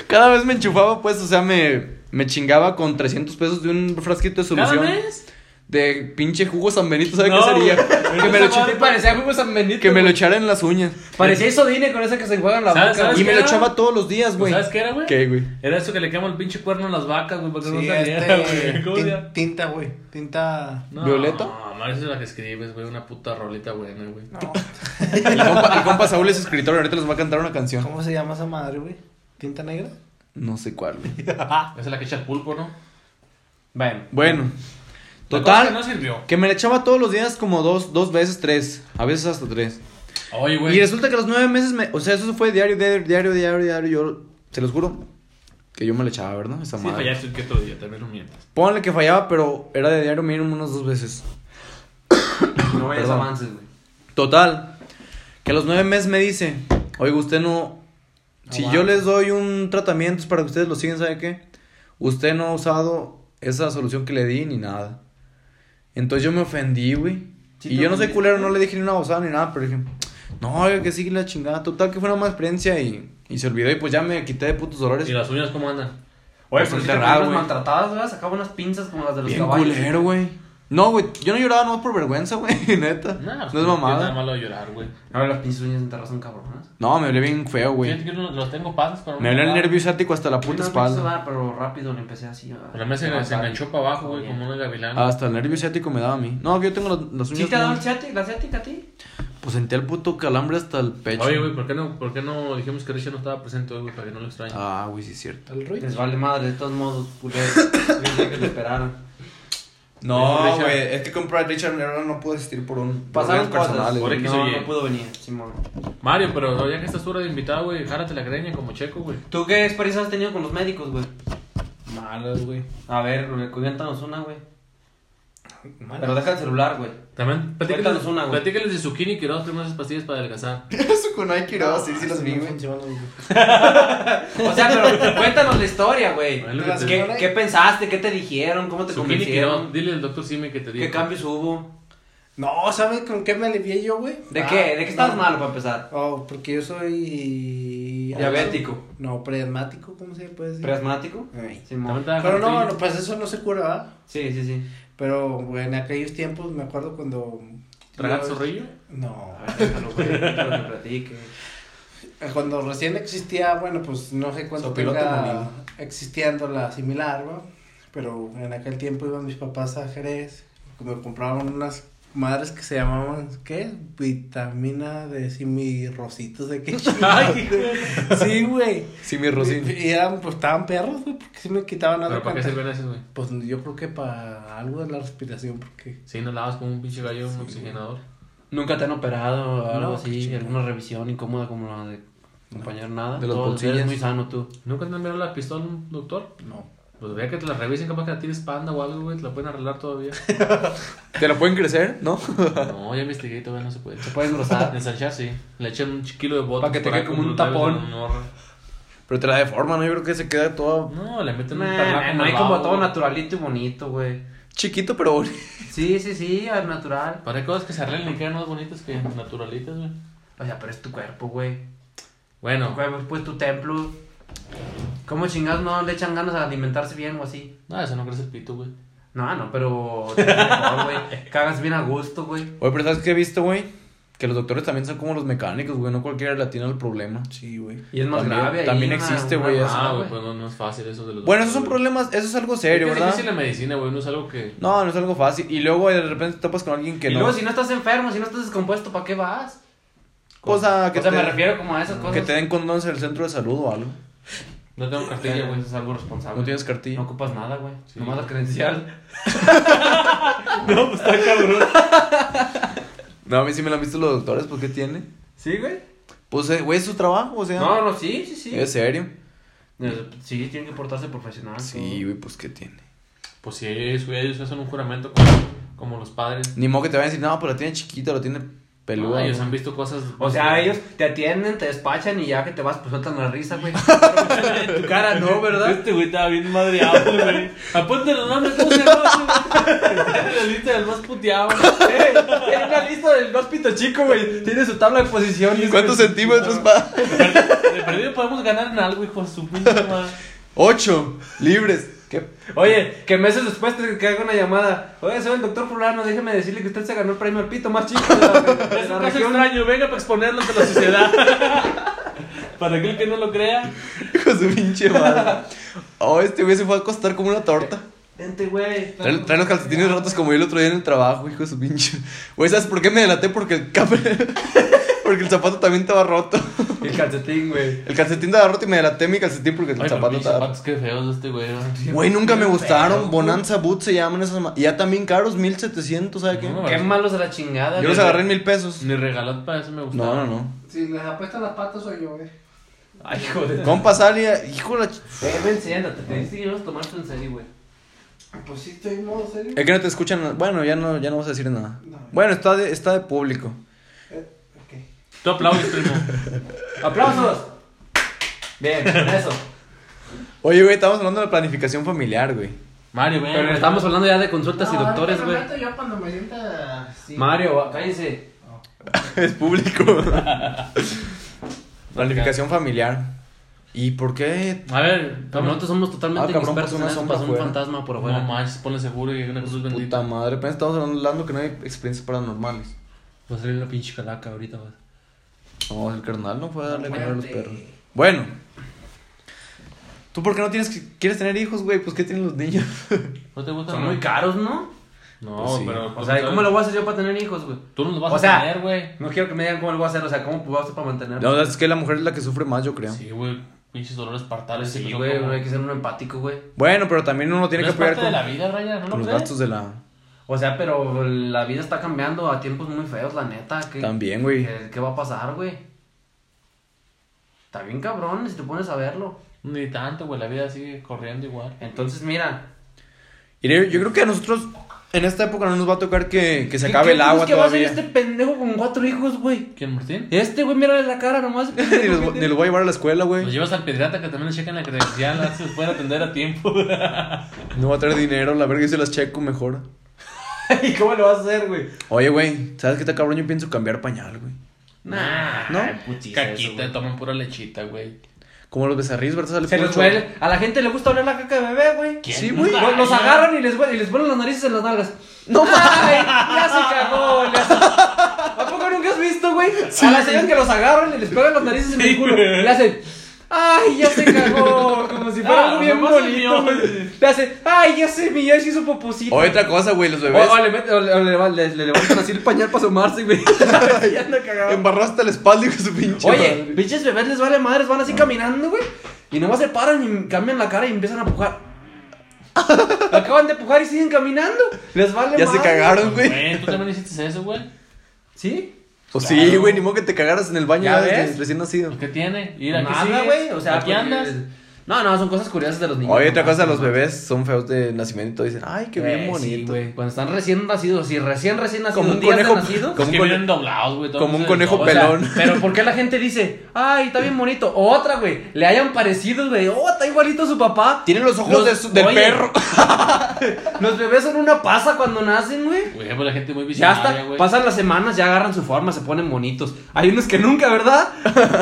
Speaker 2: Cada vez me enchufaba, pues, o sea, me, me chingaba con 300 pesos de un frasquito de
Speaker 1: ¿Cada
Speaker 2: solución.
Speaker 1: mes?
Speaker 2: De pinche jugo San Benito, ¿sabe
Speaker 1: No,
Speaker 2: qué sería?
Speaker 1: güey.
Speaker 2: Que me, lo
Speaker 1: Esa
Speaker 2: echa-
Speaker 1: madre-
Speaker 5: Parecía jugo San Benito.
Speaker 2: que me lo
Speaker 5: güey.
Speaker 2: echara en las uñas.
Speaker 5: Parecía Isodine con esa que se enjuagan la
Speaker 1: ¿Sabes-
Speaker 5: boca.
Speaker 1: Ah, sabes
Speaker 2: Y
Speaker 1: qué
Speaker 2: me lo
Speaker 1: era?
Speaker 2: echaba todos los días, güey.
Speaker 1: ¿Sabes qué era, güey?
Speaker 2: ¿Qué, güey?
Speaker 1: Era eso que le quema el pinche cuerno a las vacas, güey, para que
Speaker 5: Sí,
Speaker 1: no saliera,
Speaker 5: este,
Speaker 1: güey. ¿Cómo se llama?
Speaker 5: tin- tinta, güey. Tinta.
Speaker 1: No,
Speaker 2: ¿Violeta?
Speaker 1: No, esa es la que escribes, güey. Una puta rolita buena, güey.
Speaker 2: El compa, el compa Saúl es escritor, ahorita les va a cantar una canción.
Speaker 5: ¿Cómo se llama esa madre, güey? ¿Tinta negra?
Speaker 2: No sé cuál, güey.
Speaker 1: Ah. Esa es la que echa el pulpo, ¿no?
Speaker 4: Bueno.
Speaker 2: Bueno,
Speaker 1: La cosa es que
Speaker 2: total,
Speaker 1: No sirvió.
Speaker 2: que me lo echaba todos los días como dos, dos veces, tres. A veces hasta tres.
Speaker 1: Oye,
Speaker 2: Y
Speaker 1: güey.
Speaker 2: resulta que a los nueve meses, me, o sea, eso fue diario, diario, diario, diario, diario. Yo, se los juro, que yo me la echaba, ¿verdad? Esa
Speaker 1: Sí,
Speaker 2: madre.
Speaker 1: fallaste el que otro día, también no mientas.
Speaker 2: Ponle que fallaba, pero era de diario mínimo unas dos veces.
Speaker 4: No vayas
Speaker 2: Perdón.
Speaker 4: avances, güey.
Speaker 2: Total, que a los nueve meses me dice, oiga, usted no... Si yo les doy un tratamiento es para que ustedes lo sigan, ¿sabe qué? Usted no ha usado esa solución que le di ni nada. Entonces yo me ofendí, güey.
Speaker 4: Sí,
Speaker 2: y
Speaker 4: te
Speaker 2: yo no soy
Speaker 4: ofendiste.
Speaker 2: culero, no le dije ni una bozada ni nada, pero dije, no, oiga, que sigue la chingada. Total, que fue una mala experiencia y, y se olvidó y pues ya me quité de putos dolores.
Speaker 1: ¿Y las uñas cómo andan?
Speaker 4: Oye,
Speaker 2: Pues
Speaker 4: pero si te
Speaker 2: enterrado,
Speaker 4: ponías
Speaker 2: güey.
Speaker 4: maltratadas, güey, sacaba unas pinzas como las de los
Speaker 2: Bien
Speaker 4: caballos.
Speaker 2: culero, güey. No, güey, yo no lloraba nomás por vergüenza, güey, neta.
Speaker 1: Nah, pues,
Speaker 2: no es
Speaker 1: Nada
Speaker 2: mamada.
Speaker 1: malo de llorar, güey.
Speaker 4: Ahora las pinzas uñas enterradas son cabronas.
Speaker 2: No, me hablé bien feo,
Speaker 1: Fíjate que
Speaker 2: güey.
Speaker 1: yo no- los tengo pasas para
Speaker 2: Me hablé el nervio ciático hasta la
Speaker 4: Yo
Speaker 2: puta
Speaker 4: no me quiso
Speaker 2: espalda.
Speaker 4: dar, pero rápido le empecé así. a-
Speaker 1: La mesa se, se enganchó para abajo, güey, como una gavilana.
Speaker 2: Hasta el nervio ciático me daba a mí. No, que yo tengo las, las uñas.
Speaker 4: ¿Sí te ha dado
Speaker 2: muy-
Speaker 4: el ciático- la ciática a ti?
Speaker 2: Pues sentí el puto calambre hasta el pecho.
Speaker 1: Oye, güey, pues, ¿por qué, no, ¿por qué no dijimos que Richie no estaba presente hoy, güey, para que no lo extrañe?
Speaker 2: Ah, güey, sí es cierto.
Speaker 5: ¿Al Ruiz?
Speaker 4: Les vale madre, de todos modos, culeros. Yo que lo esperaran.
Speaker 1: Pero
Speaker 2: No,
Speaker 1: Richard-
Speaker 2: güey, es que comprar Richard Miller no pude asistir por un. por
Speaker 4: Pasaron
Speaker 2: problemas
Speaker 4: cosas.
Speaker 1: Por
Speaker 2: güey.
Speaker 1: X
Speaker 4: no,
Speaker 1: o Y.
Speaker 4: no pudo venir, Simón.
Speaker 1: Mario, pero ya que estás tú ahora de invitado, güey, járate la greña como checo, güey.
Speaker 4: ¿Tú qué experiencias has tenido con los médicos, güey?
Speaker 5: Malas, güey.
Speaker 4: A ver, güey, cuéntanos una, güey.
Speaker 5: Malas.
Speaker 4: Pero deja el celular, güey.
Speaker 1: También platícales,
Speaker 4: Cuéntanos una, güey.
Speaker 1: platícales de zucchini y Quiroz, primero esas pastillas para adelgazar.
Speaker 2: Eso con Nike no, sí, sí las vi,
Speaker 5: No
Speaker 2: güey.
Speaker 5: funcionan, güey.
Speaker 4: O sea, pero cuéntanos la historia, güey.
Speaker 1: Es lo
Speaker 5: que te-
Speaker 4: ¿Qué, qué pensaste? ¿Qué te dijeron? ¿Cómo te
Speaker 1: Zucchini y Quiroz,
Speaker 4: convencieron?
Speaker 1: dile al doctor Sime que te diga.
Speaker 4: ¿Qué cambios hubo?
Speaker 5: No, ¿sabes con qué me alivié yo, güey?
Speaker 4: ¿De
Speaker 5: Ah,
Speaker 4: qué? ¿De qué estabas
Speaker 5: no.
Speaker 4: malo para empezar?
Speaker 5: Oh, porque yo soy...
Speaker 4: Diabético.
Speaker 5: No, preasmático, ¿cómo se puede decir?
Speaker 4: ¿Preasmático?
Speaker 5: Ay.
Speaker 4: Simón.
Speaker 1: Ah,
Speaker 5: Pero no, no, pues eso no se cura, ¿verdad?
Speaker 4: Sí, sí, sí.
Speaker 5: Pero güey, en aquellos tiempos me acuerdo cuando...
Speaker 1: ¿Tragar
Speaker 5: yo-
Speaker 1: zorrillo?
Speaker 5: No.
Speaker 4: A ver, déjalo, güey. Déjalo que platique.
Speaker 5: Cuando recién existía, bueno, pues no sé cuánto
Speaker 2: Sopilote molido.
Speaker 5: tenga existiendo la similar, ¿no? Pero en aquel tiempo iban mis papás a Jerez, que me compraban unas madres que se llamaban, ¿qué? Vitamina de simirrositos de qué
Speaker 1: Ay, hijo
Speaker 5: Sí, güey.
Speaker 2: Sí, mi
Speaker 5: Y
Speaker 2: Rosín.
Speaker 5: y eran, pues estaban perros, güey, porque sí me quitaban algo.
Speaker 1: ¿Pero para qué sirven esas, güey?
Speaker 5: Pues yo creo que para algo de la respiración, porque...
Speaker 1: Si no lavas como un pinche gallo un oxigenador.
Speaker 4: ¿Nunca te han operado o algo
Speaker 5: No,
Speaker 4: así?
Speaker 5: chingada.
Speaker 4: ¿Alguna revisión incómoda como la de acompañar nada?
Speaker 2: De los
Speaker 4: Todo,
Speaker 2: bolsillos.
Speaker 4: Eres muy sano tú.
Speaker 1: ¿Nunca te han mirado la pistola un doctor?
Speaker 5: No.
Speaker 1: Pues vea que te la revisen, capaz que la tienes panda o algo, güey, te la pueden arreglar todavía.
Speaker 2: ¿Te la pueden crecer? ¿No?
Speaker 1: No, ya investigué y todavía no se puede.
Speaker 4: Se puede engrosar.
Speaker 1: Ensanchar, sí. Le echan un kilo de botox.
Speaker 4: Pa' que te
Speaker 1: por
Speaker 4: quede
Speaker 1: ahí
Speaker 4: como un
Speaker 1: los labios
Speaker 4: tapón.
Speaker 1: en un horno.
Speaker 2: Pero te la deforman, ¿no? Yo creo que se queda todo
Speaker 1: No, le meten un
Speaker 4: Nah,
Speaker 1: tarlaco
Speaker 4: No hay
Speaker 1: malvado,
Speaker 4: como todo
Speaker 1: güey.
Speaker 4: naturalito y bonito, güey.
Speaker 2: chiquito, pero bonito.
Speaker 4: Sí, sí, sí, al natural.
Speaker 1: Para hay cosas que se arreglen y quedan más bonitas que naturalitas, güey.
Speaker 4: O sea, pero es tu cuerpo, güey. Tu
Speaker 1: Bueno,
Speaker 4: cuerpo es pues tu templo. ¿Cómo chingados no le echan ganas a alimentarse bien o así?
Speaker 1: no, eso no crece el pito, güey.
Speaker 4: No, no, pero... te sientes mejor, güey. Cagas bien a gusto, güey.
Speaker 2: Oye, pero ¿sabes qué he visto, güey? Que los doctores también son como los mecánicos, güey. No cualquiera le atina el problema.
Speaker 5: Sí, güey.
Speaker 4: Y es más
Speaker 2: También-
Speaker 4: grave ahí
Speaker 2: también
Speaker 4: una-
Speaker 2: existe,
Speaker 4: una
Speaker 2: güey, eso.
Speaker 4: rama,
Speaker 1: Ah, güey, pues no, no es fácil eso de los
Speaker 2: Bueno, esos son
Speaker 1: doctores,
Speaker 2: problemas, eso es algo
Speaker 1: güey.
Speaker 2: serio,
Speaker 1: Es que
Speaker 2: ¿verdad?
Speaker 1: Es difícil la medicina, güey, no es algo que...
Speaker 2: No, no es algo fácil. Y luego de repente te topas con alguien que
Speaker 4: y
Speaker 2: no.
Speaker 4: luego, si no estás enfermo, si no estás descompuesto, ¿para qué vas?
Speaker 2: Cosa Pues, que
Speaker 4: o sea,
Speaker 2: te-
Speaker 4: me refiero como a esas cosas.
Speaker 2: Que te den condones en el centro de salud o algo.
Speaker 1: No tengo cartilla, güey.
Speaker 4: Eso es algo responsable.
Speaker 2: No tienes cartilla.
Speaker 4: No ocupas nada, güey.
Speaker 1: Sí.
Speaker 4: Nomás la credencial.
Speaker 1: No, pues está cabrón.
Speaker 2: No, a mí sí me la han visto los doctores, pues ¿qué tiene?
Speaker 4: ¿Sí, güey?
Speaker 2: Pues, eh, güey, es su trabajo, o sea.
Speaker 4: No, no, sí, sí, sí.
Speaker 2: ¿Es serio?
Speaker 4: Eh, Sí, tienen que portarse profesional.
Speaker 2: Sí, güey, pues ¿qué tiene?
Speaker 1: Pues sí, ellos, güey, ellos hacen un juramento como, como los padres.
Speaker 2: Ni modo que te vayan a decir, no, pero la tiene chiquita, la tiene peluda.
Speaker 1: Ah, ellos
Speaker 2: güey".
Speaker 1: han visto cosas.
Speaker 4: O sea, ellos te atienden, te despachan y ya que te vas, pues sueltan la risa, güey. tu cara no, ¿verdad?
Speaker 1: Este güey estaba bien madreado, güey. Apúntale los nombres, ¿cómo se llama? ese güey? La lista del más puteado.
Speaker 4: Tiene una lista del más pito chico, güey. Tiene su tabla de posición.
Speaker 2: ¿Cuántos centímetros va?
Speaker 1: De perdido podemos ganar en algo, hijo de su pinche madre.
Speaker 2: Ocho libres. ¿Qué?
Speaker 4: Oye, que meses después te caiga una llamada. Oye, soy el doctor fulano, déjeme decirle que usted se ganó el premio al pito más chico de la, de
Speaker 1: Es
Speaker 4: la
Speaker 1: un caso
Speaker 4: región.
Speaker 1: extraño, venga para exponerlo ante la sociedad. Para aquel que no lo crea.
Speaker 2: Hijo de su pinche madre. Oh, este güey se fue a acostar como una torta.
Speaker 4: Vente, güey.
Speaker 2: Trae, trae los calcetines rotos como yo el otro día en el trabajo, hijo de su pinche. Güey, ¿sabes por qué me delaté? Porque el cap- Porque el zapato también estaba roto.
Speaker 4: El calcetín, güey.
Speaker 2: El calcetín estaba roto y me delaté mi calcetín porque el
Speaker 1: Ay,
Speaker 2: zapato
Speaker 1: pero
Speaker 2: estaba roto.
Speaker 1: zapatos qué feos de este güey. ¿no?
Speaker 2: Güey, nunca me gustaron. Bonanza Boots se llaman esas. ma- Ya también caros, 1700, ¿sabes qué?
Speaker 1: No,
Speaker 4: Qué malos de la chingada,
Speaker 2: Yo los
Speaker 4: güey.
Speaker 2: agarré en mil pesos.
Speaker 1: Ni regalat para eso me gusta.
Speaker 2: No, no, no.
Speaker 5: Si les apuestan las patas soy yo, güey.
Speaker 4: Ay, joder.
Speaker 2: Compa Salia, hijo de la. ch-
Speaker 4: Eh, ven, siéntate. Te dije que ibas a tomarte en serio, güey.
Speaker 5: Pues sí, estoy en modo serio.
Speaker 2: Es que no te escuchan. Bueno, ya no, ya no vas a decir nada.
Speaker 5: No.
Speaker 2: Bueno, está de, está de público.
Speaker 5: Ok.
Speaker 1: Tú aplaudes, primo.
Speaker 4: ¡Aplausos! Bien, con eso.
Speaker 2: Oye, güey, estamos hablando de planificación familiar, güey.
Speaker 1: Mario, ven.
Speaker 4: Pero estamos hablando ya de consultas y
Speaker 5: No,
Speaker 4: doctores,
Speaker 5: ahorita
Speaker 4: güey.
Speaker 5: me meto Yo cuando me sienta así.
Speaker 4: Mario, va- cállense.
Speaker 2: Es público. planificación familiar. ¿Y por qué?
Speaker 1: A ver,
Speaker 4: Pero
Speaker 1: cabrón.
Speaker 4: nosotros somos totalmente
Speaker 2: Ah, cabrón,
Speaker 4: inexpertos
Speaker 2: pasó
Speaker 4: en
Speaker 2: una
Speaker 4: eso.
Speaker 2: sombra
Speaker 4: Pasó un
Speaker 2: afuera.
Speaker 4: fantasma por
Speaker 1: No
Speaker 4: afuera.
Speaker 1: manches, ponle seguro y una cruz bendita.
Speaker 2: Puta madre, apenas estamos hablando que no hay experiencias paranormales.
Speaker 1: Va a salir una pinche calaca ahorita, güey.
Speaker 2: No, el carnal no fue a darle comer a los perros. Bueno. ¿Tú por qué no tienes que- quieres tener hijos, güey? Pues ¿qué tienen los niños?
Speaker 1: ¿No te gusta?
Speaker 4: Son
Speaker 1: no?
Speaker 4: muy caros, ¿no?
Speaker 1: No,
Speaker 2: Pues sí.
Speaker 1: pero.
Speaker 4: O sea, ¿y ¿cómo lo voy a hacer yo para tener hijos, güey?
Speaker 1: Tú no los
Speaker 4: O
Speaker 1: vas
Speaker 4: sea-
Speaker 1: a tener, güey.
Speaker 4: No quiero que me digan cómo lo voy a hacer, o sea, cómo puedo hacer para mantenerlo.
Speaker 2: No, es que la mujer es la que sufre más, yo creo.
Speaker 1: Sí, güey. Pinches dolores partales.
Speaker 4: sí,
Speaker 1: pero
Speaker 4: güey,
Speaker 1: como-
Speaker 4: no hay que ser un empático, güey.
Speaker 2: Bueno, pero también uno tiene
Speaker 1: ¿No
Speaker 2: que
Speaker 1: es parte
Speaker 2: apoyar
Speaker 1: de
Speaker 2: con,
Speaker 1: la vida, Raya, ¿no
Speaker 2: con
Speaker 1: lo
Speaker 2: los
Speaker 1: crees?
Speaker 2: gastos de la...
Speaker 4: O sea, pero la vida está cambiando a tiempos muy feos, la neta. ¿Qué,
Speaker 2: También, güey.
Speaker 4: ¿qué, qué va a pasar, güey? Está bien cabrón si te pones a verlo.
Speaker 1: Ni tanto, güey. La vida sigue corriendo igual.
Speaker 4: Entonces, mira,
Speaker 2: Y yo yo creo que a nosotros en esta época no nos va a tocar que, que se
Speaker 4: ¿Qué-
Speaker 2: acabe
Speaker 4: qué
Speaker 2: el agua
Speaker 4: crees que va a hacer
Speaker 2: todavía.
Speaker 4: este pendejo con cuatro hijos, güey?
Speaker 1: ¿Quién, Martín?
Speaker 4: Este güey, mírale la cara nomás.
Speaker 1: este
Speaker 2: ni, los, voy- ni los voy a llevar a la escuela,
Speaker 1: Los
Speaker 2: güey.
Speaker 1: llevas al pediatra que también le checan la credencial, a ver si los pueden atender a tiempo.
Speaker 2: No va a traer dinero, la verga, yo se las checo mejor.
Speaker 4: ¿Y cómo lo vas a hacer, güey?
Speaker 2: Oye, güey, ¿sabes qué está cabrón? Yo pienso cambiar pañal, güey.
Speaker 4: Nah,
Speaker 2: ¿No?
Speaker 4: ay, putiza eso,
Speaker 1: Caquita,
Speaker 4: güey.
Speaker 1: toman pura lechita, güey.
Speaker 2: Como los becerris, ¿verdad? Sale
Speaker 4: Se
Speaker 2: puro
Speaker 4: les
Speaker 2: chorro.
Speaker 4: huele. A la gente le gusta oler la caca de bebé, güey.
Speaker 1: ¿Quién?
Speaker 2: Sí, güey.
Speaker 4: Los, los
Speaker 1: Ay,
Speaker 4: agarran y les, hue- y les ponen las narices en las nalgas.
Speaker 2: No,
Speaker 4: ¡Ay! ¡Ya se cagó! le hace- ¿A poco nunca has visto, güey? a las señoras que los agarran y les pegan las narices en el culo.
Speaker 1: güey.
Speaker 4: Le hacen. ¡Ay, ya se cagó! Como si fuera
Speaker 1: Ah,
Speaker 4: algo bien
Speaker 1: nomás se
Speaker 4: bonito.
Speaker 1: mió.
Speaker 4: güey. Le hacen. ¡Ay, ya se mi ya se hizo poposito!
Speaker 2: Oye, otra cosa, güey, los
Speaker 4: O,
Speaker 2: bebés.
Speaker 4: o le, mete- o le, o le va- le- le levantan así el pañal para asomarse, güey. Ya anda cagado.
Speaker 2: Embarraste la espalda y con su pinche
Speaker 4: Oye,
Speaker 2: madre.
Speaker 4: pinches bebés les vale madres, van así
Speaker 2: Ah.
Speaker 4: caminando, güey. Y nomás se paran y cambian la cara y empiezan a pujar. Acaban de pujar y siguen caminando. Les vale
Speaker 2: ya se
Speaker 4: madre.
Speaker 2: cagaron, güey.
Speaker 1: Güey, tú también hiciste eso, güey.
Speaker 4: ¿Sí?
Speaker 2: Pues
Speaker 1: Claro.
Speaker 2: sí, güey, ni modo que te cagaras en el baño
Speaker 4: ¿Ya
Speaker 2: ya desde
Speaker 4: ves?
Speaker 2: recién nacido.
Speaker 1: Pues, ¿Qué tiene? Ir aquí
Speaker 4: Nada,
Speaker 1: sigues,
Speaker 4: güey. O sea,
Speaker 1: aquí
Speaker 4: porque-
Speaker 1: andas.
Speaker 4: No, no, son cosas curiosas de los niños.
Speaker 2: Oye, otra
Speaker 4: nomás,
Speaker 2: cosa, los
Speaker 4: nomás.
Speaker 2: bebés son feos de nacimiento. Dicen, ay, qué bien
Speaker 4: Eh, Sí,
Speaker 2: bonito.
Speaker 4: güey. Cuando están recién nacidos, si recién, recién nacidos,
Speaker 2: Como un
Speaker 4: días de
Speaker 2: conejo-
Speaker 4: nacido.
Speaker 2: como
Speaker 1: Como
Speaker 2: un
Speaker 1: que
Speaker 2: cone-
Speaker 1: vienen doblados, güey. todo
Speaker 2: como un
Speaker 1: se desdobla.
Speaker 2: conejo
Speaker 4: O sea,
Speaker 2: pelón.
Speaker 4: pero ¿por qué la gente dice, ay, está bien bonito? O otra, güey, le hayan parecido, güey, oh, está igualito a su papá.
Speaker 2: Tienen los ojos
Speaker 4: Los-
Speaker 2: de su- del
Speaker 4: oye.
Speaker 2: perro.
Speaker 4: Los bebés son una pasa cuando nacen, güey.
Speaker 1: Güey, pues la gente muy
Speaker 4: Ya
Speaker 1: visionaria,
Speaker 4: hasta
Speaker 1: güey.
Speaker 4: pasan las semanas, ya agarran su forma, se ponen bonitos. Hay unos que nunca, ¿verdad?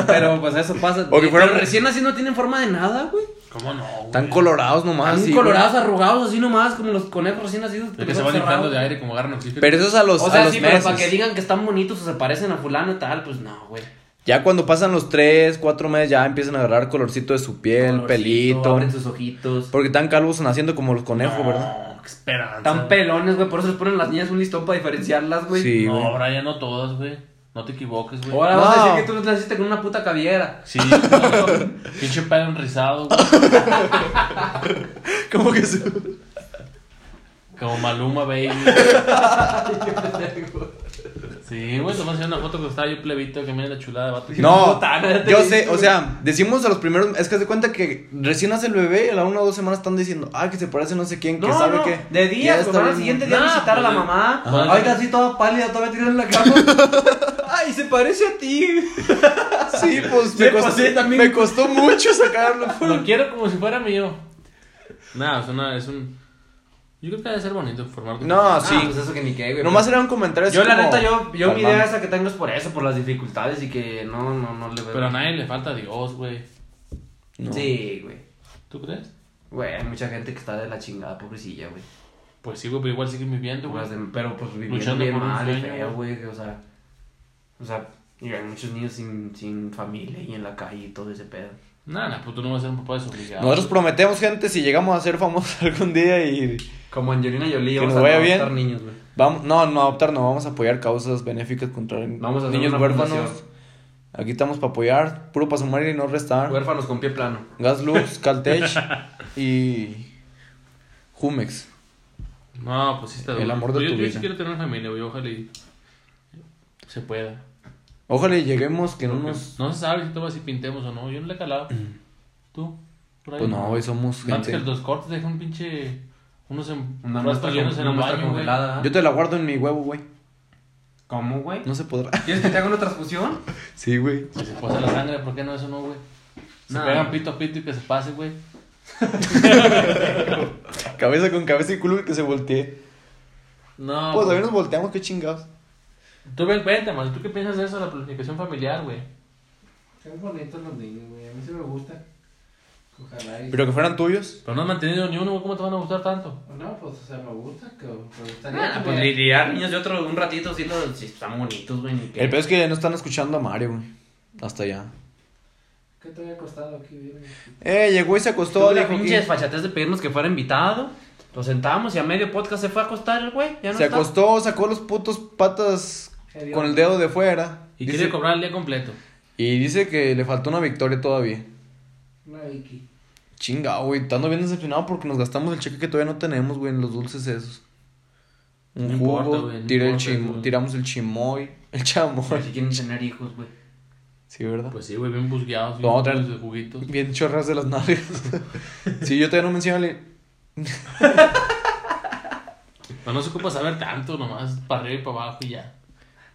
Speaker 4: Pero pues eso pasa.
Speaker 2: O que fueron-
Speaker 4: Pero recién así no tienen forma de nada, güey.
Speaker 1: ¿Cómo no, güey?
Speaker 2: Están colorados nomás.
Speaker 4: Están
Speaker 2: Ah, sí,
Speaker 4: colorados, arrugados, así nomás, como los conejos recién nacidos.
Speaker 1: Es que
Speaker 4: los
Speaker 1: se van
Speaker 4: cerrados.
Speaker 1: inflando de aire como agarran oxígeno.
Speaker 2: güey. Pero eso es a los,
Speaker 4: O
Speaker 2: a
Speaker 4: sea,
Speaker 2: los
Speaker 4: sí, pero
Speaker 2: meses.
Speaker 4: para que digan que están bonitos o se parecen a fulano y tal, pues no, güey.
Speaker 2: Ya cuando pasan los 3, 4 meses, ya empiezan a agarrar colorcito de su piel,
Speaker 4: Colorcito,
Speaker 2: pelito.
Speaker 4: Abren sus ojitos.
Speaker 2: Porque están calvos naciendo como los conejos,
Speaker 1: No,
Speaker 2: ¿verdad?
Speaker 1: qué esperanza.
Speaker 4: Están pelones, güey. Por eso les ponen las niñas un listón para diferenciarlas, güey.
Speaker 2: Sí, güey.
Speaker 1: No, Brian, no todos, güey. No te equivoques, güey.
Speaker 4: Ahora
Speaker 2: No.
Speaker 4: vas a decir que tú los naciste con una puta caviera.
Speaker 1: Sí, no, pinche pelo enrizado, güey.
Speaker 2: ¿Cómo que su-
Speaker 1: Como Maluma, baby. Sí, güey, te voy a enseñar una foto que estaba yo plebito, que mira la chulada de vato.
Speaker 2: No,
Speaker 4: Botana, te
Speaker 2: yo
Speaker 4: dije,
Speaker 2: sé, o sea, decimos a los primeros, es que se cuenta que recién nace el bebé y a la una o dos semanas están diciendo, ah, que se parece no sé quién, que
Speaker 4: No,
Speaker 2: sabe
Speaker 4: no,
Speaker 2: qué.
Speaker 4: de
Speaker 2: Ya
Speaker 4: día,
Speaker 2: está
Speaker 4: pues van al
Speaker 2: bien.
Speaker 4: siguiente día a
Speaker 1: No,
Speaker 4: visitar a la
Speaker 1: pues,
Speaker 4: mamá.
Speaker 1: ajá.
Speaker 4: Ahorita así toda pálida, todavía tirada en la cama. Ay, se parece a ti.
Speaker 2: Sí, pues
Speaker 4: Sí,
Speaker 2: me
Speaker 4: pues,
Speaker 2: costó,
Speaker 4: sí, también.
Speaker 2: me costó mucho sacarlo.
Speaker 1: Lo quiero como si fuera mío. Nada, es una, es un... Yo creo que debe ser bonito formar tu
Speaker 2: No,
Speaker 4: Ah,
Speaker 2: sí.
Speaker 4: pues eso que ni qué, güey.
Speaker 2: Nomás era un comentario así
Speaker 4: Yo, la
Speaker 2: como
Speaker 4: neta, yo, yo mi
Speaker 2: calmado.
Speaker 4: idea esa que tengo es por eso, por las dificultades y que no, no, no le veo.
Speaker 1: Pero a nadie le falta Dios, güey.
Speaker 2: No.
Speaker 4: Sí, güey.
Speaker 1: ¿Tú crees?
Speaker 4: Güey, hay mucha gente que está de la chingada, pobrecilla, güey.
Speaker 1: Pues sí, güey, pero igual sigue viviendo, güey.
Speaker 4: Güey, de- Pero pues viviendo
Speaker 1: Luchando
Speaker 4: bien
Speaker 1: por un
Speaker 4: mal y
Speaker 1: sueño,
Speaker 4: feo, güey. que, O sea, o sea, y hay muchos niños sin, sin familia y en la calle y todo ese pedo.
Speaker 1: Nada, pues tú no vas a ser un papá desobligado.
Speaker 2: Nosotros
Speaker 1: güey.
Speaker 2: prometemos, gente, si llegamos a ser famosos algún día y
Speaker 4: Como Angelina Jolie,
Speaker 2: Que
Speaker 4: vamos
Speaker 2: nos
Speaker 4: a
Speaker 2: vaya
Speaker 4: adoptar
Speaker 2: bien.
Speaker 4: niños, güey.
Speaker 2: vamos, no, no adoptar, no, vamos a apoyar causas benéficas contra
Speaker 4: Vamos a hacer
Speaker 2: niños
Speaker 4: una
Speaker 2: huérfanos.
Speaker 4: fundación.
Speaker 2: Aquí estamos para apoyar, puro para sumar y no restar.
Speaker 4: Huérfanos con pie plano.
Speaker 2: Gaslux, Caltech y Jumex.
Speaker 1: No, pues sí está
Speaker 2: El
Speaker 1: duro.
Speaker 2: amor de
Speaker 1: Pues yo,
Speaker 2: tu
Speaker 1: yo sí
Speaker 2: vida.
Speaker 1: quiero tener familia, güey, ojalá y se pueda.
Speaker 2: Ojalá y lleguemos que no
Speaker 1: Porque
Speaker 2: nos.
Speaker 1: No se sabe si te vas y pintemos o no. Yo no le he calado. ¿Tú? Por ahí.
Speaker 2: Pues no, hoy somos
Speaker 1: Antes que
Speaker 2: gente.
Speaker 1: los cortes dejan un pinche. Unos en. rastos
Speaker 4: Una muestra,
Speaker 1: llenos
Speaker 4: con-
Speaker 1: en
Speaker 4: una
Speaker 1: el
Speaker 4: muestra
Speaker 1: baño, güey.
Speaker 4: congelada.
Speaker 2: Yo te la guardo en mi huevo, güey.
Speaker 4: ¿Cómo, güey?
Speaker 2: No se podrá.
Speaker 4: ¿Quieres que te haga una transfusión?
Speaker 2: Sí, güey.
Speaker 1: Que se pasa la sangre, ¿por qué no eso no, güey? Se
Speaker 4: Nah.
Speaker 1: pegan pito a pito y que se pase, güey.
Speaker 2: Cabeza con cabeza y culo y que se voltee.
Speaker 1: No.
Speaker 2: Pues
Speaker 1: güey.
Speaker 2: también nos volteamos, qué chingados.
Speaker 1: Tú ven, cuéntame, ¿tú qué piensas de eso, la planificación familiar, güey?
Speaker 5: Es bonito los niños, güey. A mí sí me gusta. Ojalá y...
Speaker 2: Pero que fueran tuyos.
Speaker 1: Pero no has mantenido ni uno, güey, ¿cómo te van a gustar tanto?
Speaker 5: No, pues, o sea, me gusta. Que, me gustaría
Speaker 4: Ah,
Speaker 5: que
Speaker 4: pues
Speaker 5: me-
Speaker 4: lidiar niños de otro un ratito, sí, los, sí están bonitos, güey. ni qué.
Speaker 2: El peor es que ya no están escuchando a Mario, güey. Hasta allá.
Speaker 5: ¿Qué te había costado aquí? bien?
Speaker 2: Eh, llegó y se acostó.
Speaker 4: Todo la
Speaker 2: dijo aquí.
Speaker 4: pinche desfachatez de pedirnos que fuera invitado. Lo sentamos y a medio podcast se fue a acostar el güey. Ya no
Speaker 2: se
Speaker 4: está.
Speaker 2: acostó, sacó los putos patas
Speaker 5: Hediondo.
Speaker 2: con el dedo de fuera.
Speaker 1: Y
Speaker 2: dice,
Speaker 1: quiere cobrar el día completo.
Speaker 2: y dice que le faltó una victoria todavía.
Speaker 5: Una Vicky.
Speaker 2: Chinga, güey, estando bien decepcionado porque nos gastamos el cheque que todavía no tenemos, güey, en los dulces esos. Un
Speaker 1: No
Speaker 2: jugo,
Speaker 1: importa, güey, no
Speaker 2: tiré el
Speaker 1: importa,
Speaker 2: chimo-
Speaker 1: güey.
Speaker 2: tiramos el chimoy, el chamoy.
Speaker 4: Si quieren tener hijos, güey.
Speaker 2: Sí, ¿verdad?
Speaker 1: Pues sí, güey, bien busqueados, bien
Speaker 2: No, otra-
Speaker 1: llenos de juguitos.
Speaker 2: Bien chorras de las nalgas. sí, yo todavía no menciono el-
Speaker 1: Pues No, no se ocupa saber tanto, nomás para arriba y para abajo y ya.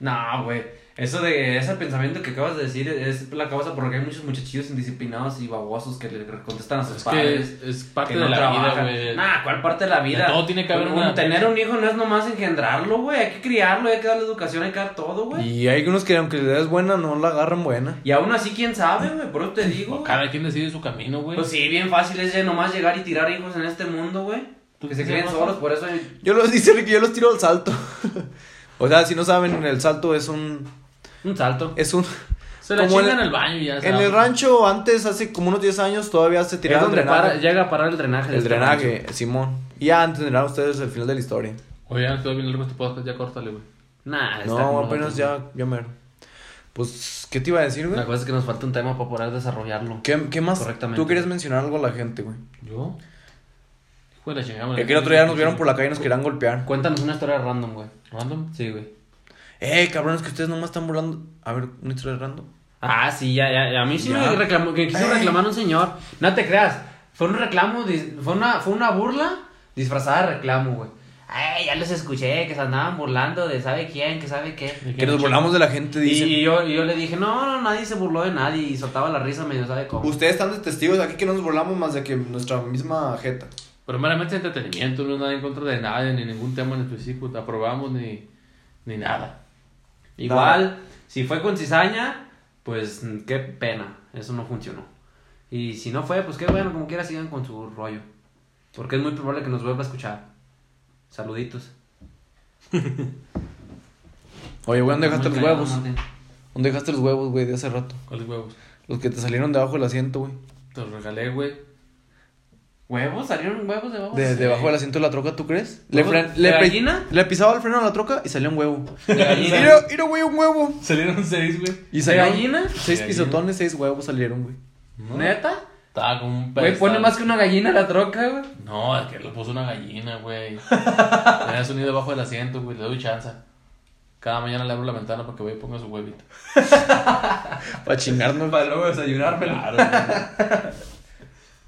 Speaker 4: No, güey. Eso de ese pensamiento que acabas de decir es la causa por la que hay muchos muchachillos indisciplinados y babosos que le contestan a sus
Speaker 1: Es que
Speaker 4: padres.
Speaker 1: es, es parte
Speaker 4: que
Speaker 1: de
Speaker 4: no
Speaker 1: la
Speaker 4: trabajan.
Speaker 1: vida, güey.
Speaker 4: Nah, ¿cuál parte de la vida?
Speaker 1: De todo tiene que haber
Speaker 4: Un-
Speaker 1: una-
Speaker 4: Tener un hijo no es nomás engendrarlo, güey. Hay que criarlo, hay que darle educación, hay que dar todo, güey.
Speaker 2: Y hay unos que aunque la idea es buena, no la agarran buena.
Speaker 4: Y aún así, quién sabe, güey. Por eso te digo. güey.
Speaker 1: Cada quien decide su camino, güey.
Speaker 4: Pues sí, bien fácil es de nomás llegar y tirar hijos en este mundo, güey.
Speaker 1: ¿Tú
Speaker 4: Que se
Speaker 1: qué
Speaker 4: creen
Speaker 1: llamas?
Speaker 4: solos, por eso. hay-
Speaker 2: Yo los dice Ricky, yo los tiro al salto. o sea, si no saben, el salto es un
Speaker 4: Un salto.
Speaker 2: es un
Speaker 1: se la
Speaker 2: como en
Speaker 1: chingan
Speaker 2: el-
Speaker 1: al baño y ya. se
Speaker 2: En
Speaker 1: la-
Speaker 2: el rancho antes, hace como unos 10 años, todavía se
Speaker 4: Es
Speaker 2: tiraba el
Speaker 4: donde para-
Speaker 2: drenaje.
Speaker 4: llega a parar el drenaje. de
Speaker 2: El
Speaker 4: este rancho.
Speaker 2: drenaje, Simón. Y ya entenderán ustedes el final de la historia.
Speaker 1: Oye, ya quedó bien largo este podcast, ya córtale, güey.
Speaker 4: Nah, está
Speaker 2: No,
Speaker 4: como
Speaker 2: apenas
Speaker 4: nosotros,
Speaker 2: ya, ya mero. Pues, ¿qué te iba a decir,
Speaker 4: güey.
Speaker 2: güey?
Speaker 4: La cosa es que nos falta un tema para poder desarrollarlo.
Speaker 2: ¿Qué, qué más?
Speaker 4: Correctamente.
Speaker 2: Tú querías mencionar algo a la gente, güey.
Speaker 1: ¿Yo? Hijo de la chingada.
Speaker 2: Que aquel otro día nos vieron por la calle y nos querían golpear.
Speaker 4: Cuéntanos una historia random, güey.
Speaker 1: Random.
Speaker 4: Sí, güey.
Speaker 2: Eh, cabrones, que ustedes nomás están burlando. A ver, ¿una historia random?
Speaker 4: Ah, sí, ya, ya, ya. A mí sí
Speaker 2: Ya. Eh.
Speaker 4: me reclamó, que quiso reclamar un señor. No te creas, fue un reclamo, dis- fue una, fue una burla disfrazada de reclamo, güey. Ay, ya los escuché, que se andaban burlando de sabe quién, que sabe qué.
Speaker 1: ¿De qué?
Speaker 2: Que nos burlamos de la gente,
Speaker 4: Y,
Speaker 2: dicen.
Speaker 4: y yo, y yo le dije, no, no, nadie se burló de nadie y soltaba la risa medio sabe cómo.
Speaker 2: Ustedes están de testigos aquí que no nos burlamos más de que nuestra misma jeta.
Speaker 1: Pero meramente entretenimiento, no es nada en contra de nadie, ni ningún tema en específico. Te aprobamos ni, ni nada.
Speaker 4: Igual, si fue con cizaña, pues mm, qué pena, eso no funcionó. Y si no fue, pues qué bueno, como quiera sigan con su rollo. Porque es muy probable que nos vuelva a escuchar. Saluditos.
Speaker 2: Oye, güey, ¿dónde dejaste
Speaker 4: Muy
Speaker 2: los
Speaker 4: callado,
Speaker 2: huevos?
Speaker 4: Martín.
Speaker 2: ¿Dónde dejaste los huevos, güey, de hace rato?
Speaker 1: ¿Cuáles huevos?
Speaker 2: Los que te salieron debajo del asiento, güey.
Speaker 1: Te los regalé, güey.
Speaker 4: ¿Huevos? ¿Salieron huevos de
Speaker 2: De-
Speaker 4: de
Speaker 2: Debajo del asiento de la troca, ¿tú crees? Le,
Speaker 4: ¿Huevos
Speaker 2: fren-
Speaker 4: de
Speaker 2: le, pe-
Speaker 4: gallina?
Speaker 2: le pisaba el freno a la troca y salía un huevo.
Speaker 4: gallina.
Speaker 2: Mira, mira, güey, un huevo.
Speaker 1: Salieron seis, güey.
Speaker 2: ¿Y
Speaker 4: ¿De
Speaker 2: salieron
Speaker 4: gallina?
Speaker 2: Seis pisotones, seis huevos salieron, güey.
Speaker 4: ¿Neta?
Speaker 1: Estaba como un
Speaker 4: Güey, pone
Speaker 1: pedestal.
Speaker 4: más que una gallina la troca, güey.
Speaker 1: No, es que le puso una gallina, güey. Tenía su nido debajo del asiento, güey. Le doy chance. Cada mañana le abro la ventana para que vaya y ponga su huevito.
Speaker 2: Para chingarnos.
Speaker 3: Para luego desayunármelo.
Speaker 1: Claro, güey.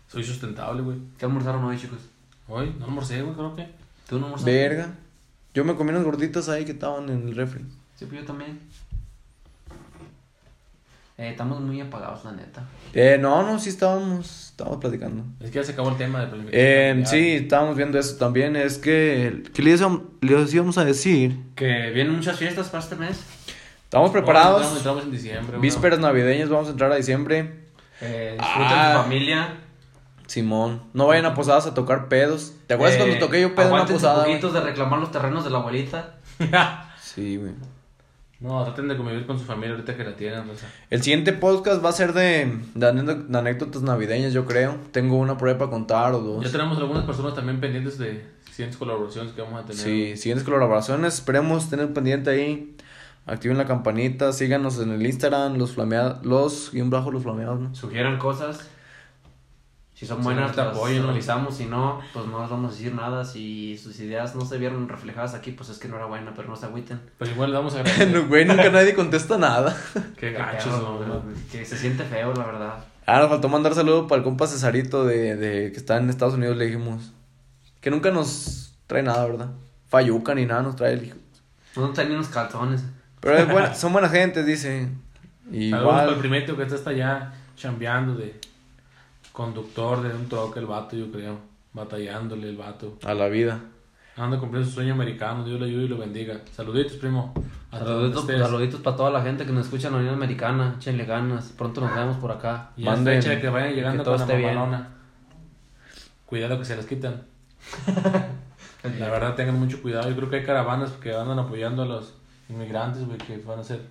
Speaker 1: Soy sustentable, güey.
Speaker 4: ¿Qué almorzaron hoy, chicos?
Speaker 1: Hoy no almorcé, güey, creo que.
Speaker 4: ¿Tú no almorzaste?
Speaker 2: Verga. Yo me comí unas gorditas ahí que estaban en el refri.
Speaker 4: Sí, pues yo también. Eh, estamos muy apagados, la neta.
Speaker 2: Eh, no, no, sí estábamos, estábamos platicando.
Speaker 1: Es que ya se acabó el tema de planificación.
Speaker 2: Eh,
Speaker 1: familiar.
Speaker 2: sí, estábamos viendo eso también. Es que, ¿qué les, íbam- les íbamos a decir?
Speaker 4: Que vienen muchas fiestas para este mes.
Speaker 1: Ahora
Speaker 2: Estamos
Speaker 1: Entramos,
Speaker 2: preparados.
Speaker 1: entramos en diciembre, güey.
Speaker 2: Vísperas navideñas, vamos a entrar a diciembre.
Speaker 4: Eh, disfruten
Speaker 2: Ah.
Speaker 4: su familia.
Speaker 2: Simón, no vayan a posadas a tocar pedos. ¿Te acuerdas
Speaker 4: Eh,
Speaker 2: cuando toqué yo pedo en una
Speaker 4: aguántense
Speaker 2: posada? güey?
Speaker 4: poquitos de reclamar los terrenos de la abuelita.
Speaker 2: Sí, güey.
Speaker 1: No, traten de convivir con su familia ahorita que la tienen, raza.
Speaker 2: El siguiente podcast va a ser de, de anécdo- de anécdotas navideñas, yo creo. Tengo una prueba para contar o dos.
Speaker 1: Ya tenemos algunas personas también pendientes de siguientes colaboraciones que vamos a tener.
Speaker 2: Sí, siguientes colaboraciones. Esperemos tener pendiente ahí. Activen la campanita, síganos en el Instagram, los flameados, los guión bajo, los flameados, ¿no?
Speaker 4: Sugieran cosas. Si son
Speaker 1: Sí,
Speaker 4: buenas,
Speaker 1: te
Speaker 4: las
Speaker 1: apoyo, ¿no?
Speaker 4: analizamos. Si no, pues no les vamos a decir nada. Si sus ideas no se vieron reflejadas aquí, pues es que no era buena, pero no se agüiten.
Speaker 1: Pero igual le vamos a agradecer.
Speaker 2: No, güey, nunca nadie contesta nada.
Speaker 1: Qué
Speaker 4: Qué
Speaker 1: gachos,
Speaker 4: feo,
Speaker 1: no, güey.
Speaker 4: güey, Que se siente feo, la verdad.
Speaker 2: Ah, nos faltó mandar saludo para el compa Cesarito de, de que está en Estados Unidos, le dijimos. Que nunca nos trae nada, ¿verdad? Falluca ni nada nos trae el hijo.
Speaker 4: No tenían unos calzones.
Speaker 2: Pero es buena- son buena gente, dice.
Speaker 1: Saludos para el
Speaker 2: Igual.
Speaker 1: primero que está hasta allá chambeando de conductor de un troque, el vato, yo creo. Batallándole el vato.
Speaker 2: A la vida.
Speaker 1: Anda cumpliendo su sueño americano. Dios le ayude y lo bendiga. Saluditos, primo. Hasta donde
Speaker 4: Saluditos, pues,
Speaker 1: estés.
Speaker 4: saluditos para toda la gente que nos escucha en la Unión Americana. Échenle ganas. Pronto nos vemos por acá.
Speaker 1: Y este- es
Speaker 2: Manden.
Speaker 1: fecha de que vayan llegando
Speaker 4: Que todo
Speaker 1: con la
Speaker 4: esté bien.
Speaker 1: mamalona. Cuidado que se las quitan. la verdad, tengan mucho cuidado. Yo creo que hay caravanas que andan apoyando a los inmigrantes, güey, que van a ser,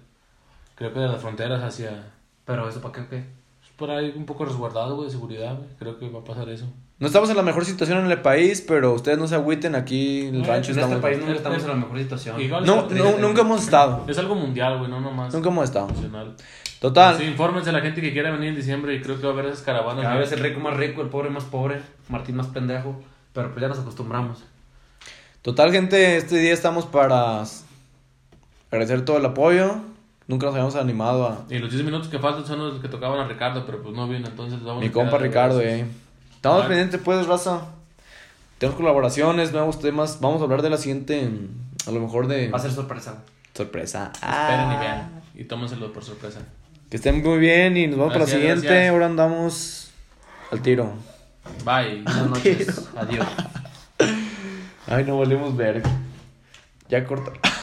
Speaker 1: creo que de las fronteras hacia...
Speaker 4: Pero eso para qué, o qué?
Speaker 1: pues, Por ahí un poco resguardado, güey, de seguridad, güey. Creo que va a pasar eso.
Speaker 2: No estamos en la mejor situación en el país, pero ustedes no se agüiten aquí en el
Speaker 1: Bueno,
Speaker 2: rancho.
Speaker 4: En
Speaker 2: Estamos...
Speaker 4: este país nunca estamos en la mejor situación.
Speaker 1: Igual
Speaker 2: No,
Speaker 1: es-
Speaker 2: no, nunca hemos estado.
Speaker 1: Es algo mundial, güey, no nomás.
Speaker 2: Nunca hemos estado.
Speaker 1: nacional.
Speaker 2: Total.
Speaker 1: Sí, infórmense a la gente que quiera venir en diciembre y creo que va a haber esas caravanas.
Speaker 4: Cada
Speaker 1: güey.
Speaker 4: vez el rico más rico, el pobre más pobre, Martín más pendejo, pero pues ya nos acostumbramos.
Speaker 2: Total, gente, este día estamos para s- agradecer todo el apoyo. Nunca nos habíamos animado a
Speaker 1: Y los 10 minutos que faltan son los que tocaban a Ricardo, pero pues no vino, entonces vamos
Speaker 2: mi
Speaker 1: a
Speaker 2: compa
Speaker 1: quedar-
Speaker 2: Ricardo, eh. Estamos
Speaker 4: Ah.
Speaker 1: Vale.
Speaker 2: pendientes, pues, raza. Tenemos colaboraciones, nuevos temas. Vamos a hablar de la siguiente, mm, a lo mejor de
Speaker 4: Va a ser sorpresa.
Speaker 2: sorpresa.
Speaker 1: Esperen y
Speaker 2: Ah.
Speaker 1: vean. Y tómenselo por sorpresa.
Speaker 2: Que estén muy bien y nos vemos para la
Speaker 1: Gracias,
Speaker 2: siguiente.
Speaker 1: gracias.
Speaker 2: Ahora andamos al tiro.
Speaker 1: Bye.
Speaker 4: Buenas noches. Adiós.
Speaker 2: Ay, no volvemos ver. Ya corta.